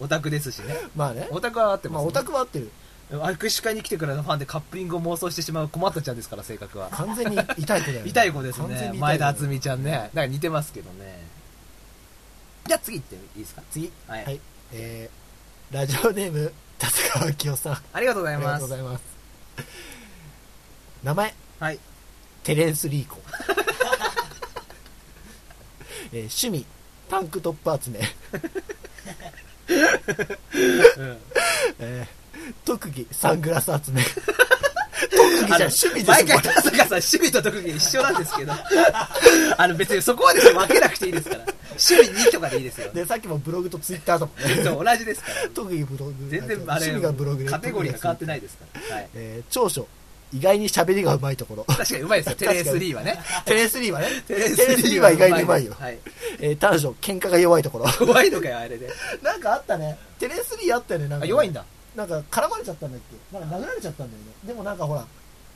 Speaker 1: オタクですしね。
Speaker 2: まあね
Speaker 1: オタクは合って
Speaker 2: ま
Speaker 1: ま
Speaker 2: あ
Speaker 1: す、ね。
Speaker 2: オタクは合ってる
Speaker 1: 握手会に来てくれたファンでカップリングを妄想してしまう困ったちゃんですから、性格は。
Speaker 2: 完全に痛い子だよ
Speaker 1: *laughs*
Speaker 2: ね
Speaker 1: 痛い子です
Speaker 2: 完全
Speaker 1: ね
Speaker 2: に痛い。子
Speaker 1: 前田敦美ちゃんね。なんか似てますけどね。じゃあ次行っていいですか
Speaker 2: 次
Speaker 1: はい。
Speaker 2: はいえー、ラジオネーム田坂明夫さんあ
Speaker 1: ありがとうござい
Speaker 2: りが
Speaker 1: ま
Speaker 2: とうご
Speaker 1: す。
Speaker 2: ざいます名前
Speaker 1: はい。
Speaker 2: テレンス・リーコ、 *laughs* えー、趣味タンクトップ集め、
Speaker 1: うん。
Speaker 2: *laughs* えー特技サングラス集め *laughs* 特技
Speaker 1: あ
Speaker 2: じゃん、
Speaker 1: の
Speaker 2: 趣味で
Speaker 1: 毎回
Speaker 2: すこ
Speaker 1: 田坂さん趣味と特技一緒なんですけどあの別にそこはですね分けなくていいですから趣味2とかでいいですよ
Speaker 2: れ。で、さっきもブログとツイッターともね。
Speaker 1: そう同じですから
Speaker 2: 特技ブログ。
Speaker 1: 全然あれ
Speaker 2: 趣味がブログで。。
Speaker 1: カテゴリーが変わってないいですから、はい、
Speaker 2: えー長所。意外に喋りが上手いと
Speaker 1: *laughs*
Speaker 2: ころ。
Speaker 1: 確かにうまいですよテレス3はね
Speaker 2: テレスリーはね。
Speaker 1: テレ
Speaker 2: テレスリーは意外にうまいよ。
Speaker 1: はい、
Speaker 2: えー短所、喧嘩が弱いところ。
Speaker 1: 怖いのかよあれで
Speaker 2: なんかあったね。テレスリーあったよね、なんか、
Speaker 1: あ弱いんだ
Speaker 2: なんか絡まれちゃったんだっけなんか殴られちゃったんだよね。でもなんかほら、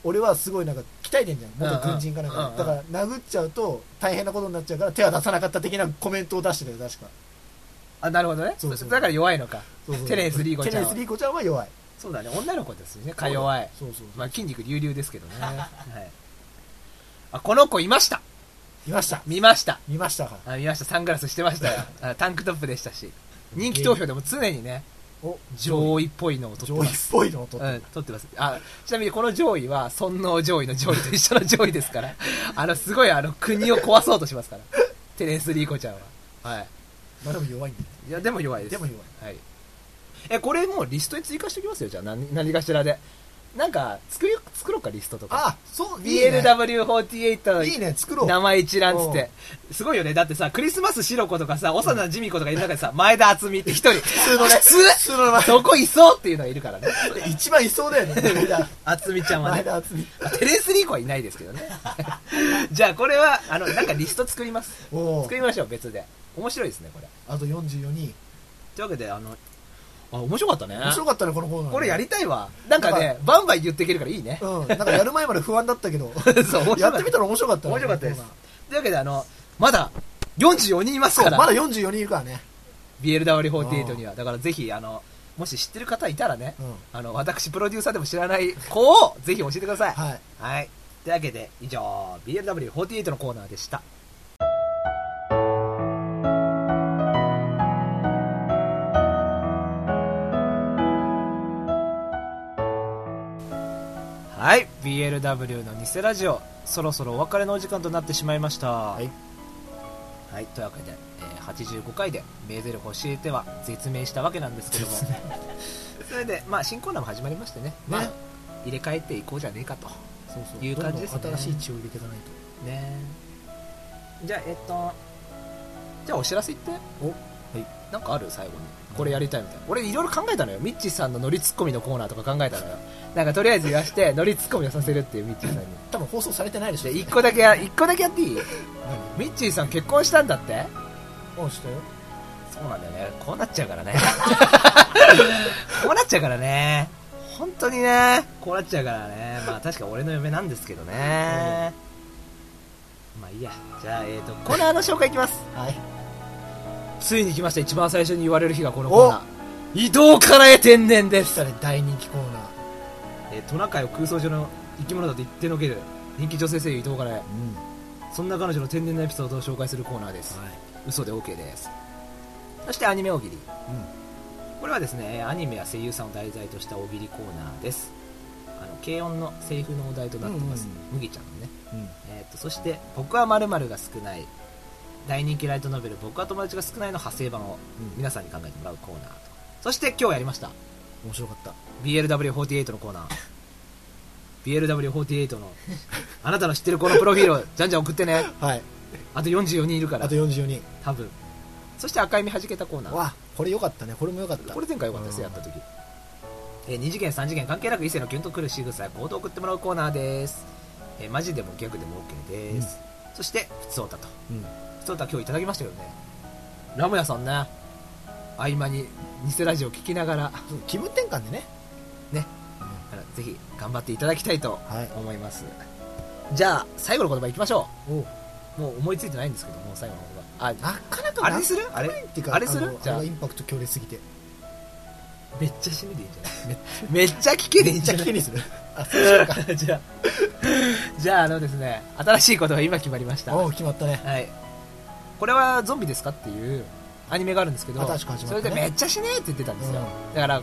Speaker 2: 俺はすごいなんか鍛えてんじゃん。元軍人かなん
Speaker 1: うんうん
Speaker 2: か
Speaker 1: う
Speaker 2: で。
Speaker 1: ん
Speaker 2: だから殴っちゃうと大変なことになっちゃうから手は出さなかった的なコメントを出してたよ、確か。
Speaker 1: あなるほどね
Speaker 2: そうそう
Speaker 1: だから弱いのか
Speaker 2: そうそう
Speaker 1: テレスリーゴちゃん
Speaker 2: テ
Speaker 1: は
Speaker 2: レスリーゴちゃんは弱い。
Speaker 1: そうだね女の子ですよねか弱い
Speaker 2: そうそうそう。
Speaker 1: まあ筋肉隆々ですけどね、はい、あこの子いました
Speaker 2: いました。
Speaker 1: 見ました
Speaker 2: 見ましたか。
Speaker 1: あ見ましたサングラスしてましたよあタンクトップでしたし人気投票でも常にね
Speaker 2: お、
Speaker 1: 上位っぽいのを取って
Speaker 2: 上
Speaker 1: ま
Speaker 2: 位っ
Speaker 1: す
Speaker 2: ぽいのを取っ
Speaker 1: うん、取ってますあちなみにこの上位は尊王上位の上位と一緒の上位ですからあのすごいあの国を壊そうとしますからテレス・リーコちゃんははい
Speaker 2: まあでも弱いんだよ
Speaker 1: いやでも弱いです
Speaker 2: でも弱い。
Speaker 1: はい、えこれもうリストに追加しておきますよじゃあ何何かしらでなんか作り作ろうかリストとか
Speaker 2: あ、そう、いいね。
Speaker 1: BLW48 の
Speaker 2: いいね、作ろう。
Speaker 1: 名前一覧っつっ
Speaker 2: うん
Speaker 1: て。すごいよね。だってさ、クリスマスシロコとかさ、幼なじみ子とかいる中でさ、前田敦美って一人。
Speaker 2: *laughs* 普通のね。
Speaker 1: 普通
Speaker 2: 普通の名前。
Speaker 1: そこいそうっていうのがいるから
Speaker 2: *laughs*
Speaker 1: ね。
Speaker 2: 一番いそ
Speaker 1: *laughs*
Speaker 2: うだよね。前田
Speaker 1: 厚美ちゃんは
Speaker 2: 前
Speaker 1: ね。
Speaker 2: 田厚美。
Speaker 1: テレスリーコはいないですけどね。 *laughs* じゃあこれは、あの、なんかリスト作ります。
Speaker 2: おお
Speaker 1: 作。りましょう、別で。面白いですね、これ。
Speaker 2: あと44人。
Speaker 1: というわけで、あの、あ、面白かったね。
Speaker 2: 面白かったね、このコーナー。
Speaker 1: これやりたいわ。なんか
Speaker 2: なん
Speaker 1: ね、バンバン言っていけるからいいね。
Speaker 2: うん。なんかやる前まで不安だったけど、
Speaker 1: *laughs* そう、面白
Speaker 2: やっ
Speaker 1: か
Speaker 2: て
Speaker 1: っ
Speaker 2: み
Speaker 1: た。
Speaker 2: たら面白かったね
Speaker 1: 面白かったです
Speaker 2: このコーナー。
Speaker 1: というわけで、あの、まだ44人います
Speaker 2: そう、
Speaker 1: から。
Speaker 2: まだ44人いるからね。
Speaker 1: BLW48 には。だからぜひ、あの、もし知ってる方いたらね、
Speaker 2: うん。
Speaker 1: あの、私プロデューサーでも知らない子をぜひ教えてください。はい。
Speaker 2: はい。。
Speaker 1: というわけで、以上、BLW48 のコーナーでした。はい。BLW の偽ラジオ、そろそろお別れのお時間となってしまいました。はいはい。というわけで、えー85回で、メーゼル教えては絶命したわけなんですけども。それで、まあ、新コーナーも始まりましてね。まあ
Speaker 2: ね、
Speaker 1: 入れ替えていこうじゃねえかと。
Speaker 2: そうそう。
Speaker 1: いう感じですね
Speaker 2: どんどん新しい血を入れていかないと。
Speaker 1: ねじゃあえっとじゃあお知らせ言っておはいなんかある最後にこれやりたいみたいな俺いろいろ考えたのよミッチーさんのノリツッコミのコーナーとか考えたのよなんかとりあえず言わしてノリツッコミをさせるっていうミッチーさんに
Speaker 2: 多分放送されてないでし
Speaker 1: じ
Speaker 2: ょ。
Speaker 1: ゃあ1個だけや一個だけやっていい
Speaker 2: 何
Speaker 1: ミッチーさん結婚したんだって
Speaker 2: うん、したよ。
Speaker 1: そうなんだよねこうなっちゃうから *laughs* ねこうなっちゃうからね本当にねこうなっちゃうからねまあ確か俺の嫁なんですけどねまあいいやじゃあえっ、とコーナーの紹介いきます
Speaker 2: はい。
Speaker 1: ついに来ました一番最初に言われる日がこのコーナー移動から得天然で
Speaker 2: そし
Speaker 1: す、
Speaker 2: たら大人気コーナー。
Speaker 1: えートナカイを空想上の生き物だと言ってのける人気女性声優伊藤から得
Speaker 2: うん。
Speaker 1: そんな彼女の天然なエピソードを紹介するコーナーです、
Speaker 2: はい。
Speaker 1: 嘘で OK ですそしてアニメ大喜利、
Speaker 2: うん
Speaker 1: これはですねえーアニメや声優さんを題材とした大喜利コーナーですあの軽音のセリフのお題となってます、
Speaker 2: うんうん
Speaker 1: 麦ちゃんのね、
Speaker 2: うん。
Speaker 1: えー、とそして「僕はまるが少ない」大人気ライトノベル「僕は友達が少ない」の派生版を
Speaker 2: うん
Speaker 1: 皆さんに考えてもらうコーナーとそして今日やりました
Speaker 2: 面白かった。
Speaker 1: BLW48 のコー
Speaker 2: *laughs*
Speaker 1: ナー BLW48 のあなたの知ってるこのプロフィールをじゃんじゃん送ってね
Speaker 2: はい。
Speaker 1: あと44人いるか
Speaker 2: あ
Speaker 1: ら
Speaker 2: と44人。
Speaker 1: 多分そして赤い目はじけたコーナー
Speaker 2: わ、これ良かったね。これも良かった。
Speaker 1: これ前回良かったですよ
Speaker 2: う
Speaker 1: や
Speaker 2: ん
Speaker 1: った時えー、2次元3次元関係なく異性のキュンとくる仕草や行動を送ってもらうコーナーです、えーマジでもギャグでも OK です、そして普通歌と
Speaker 2: うん。
Speaker 1: 普通歌今日いただきましたけどねラムヤさんね合間に偽ラジオ聞きながら
Speaker 2: そう気分転換でね。
Speaker 1: あのぜひ頑張っていただきたいと
Speaker 2: はい。
Speaker 1: 思いますじゃあ最後の言葉いきましょ
Speaker 2: お
Speaker 1: うもう思いついてないんですけどもう最後の言葉あ
Speaker 2: なかなか
Speaker 1: あれにするあれ
Speaker 2: っていうか
Speaker 1: あれする
Speaker 2: の
Speaker 1: じゃあ
Speaker 2: あれがインパクト強烈すぎて。
Speaker 1: めっちゃ死ぬでいいんじゃないめっちゃ聞けでいい
Speaker 2: め
Speaker 1: んじ
Speaker 2: っち
Speaker 1: ゃな
Speaker 2: ゃ危
Speaker 1: い
Speaker 2: 険にする。 *laughs* あ、そうしようか。
Speaker 1: じゃあ、じゃあ、あ *laughs* のですね、新しいことが今決まりました。
Speaker 2: お
Speaker 1: は
Speaker 2: う決まったね。
Speaker 1: い。これはゾンビですかっていうアニメがあるんですけど、
Speaker 2: あ確か始まったね
Speaker 1: それでめっちゃ死ねーって言ってたんですよ。だから、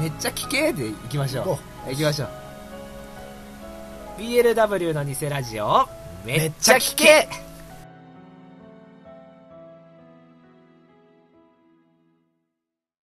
Speaker 1: めっちゃ聞けーでいきまし
Speaker 2: お
Speaker 1: ょう。いきましょう。BLW の偽ラジオ、めっちゃ聞け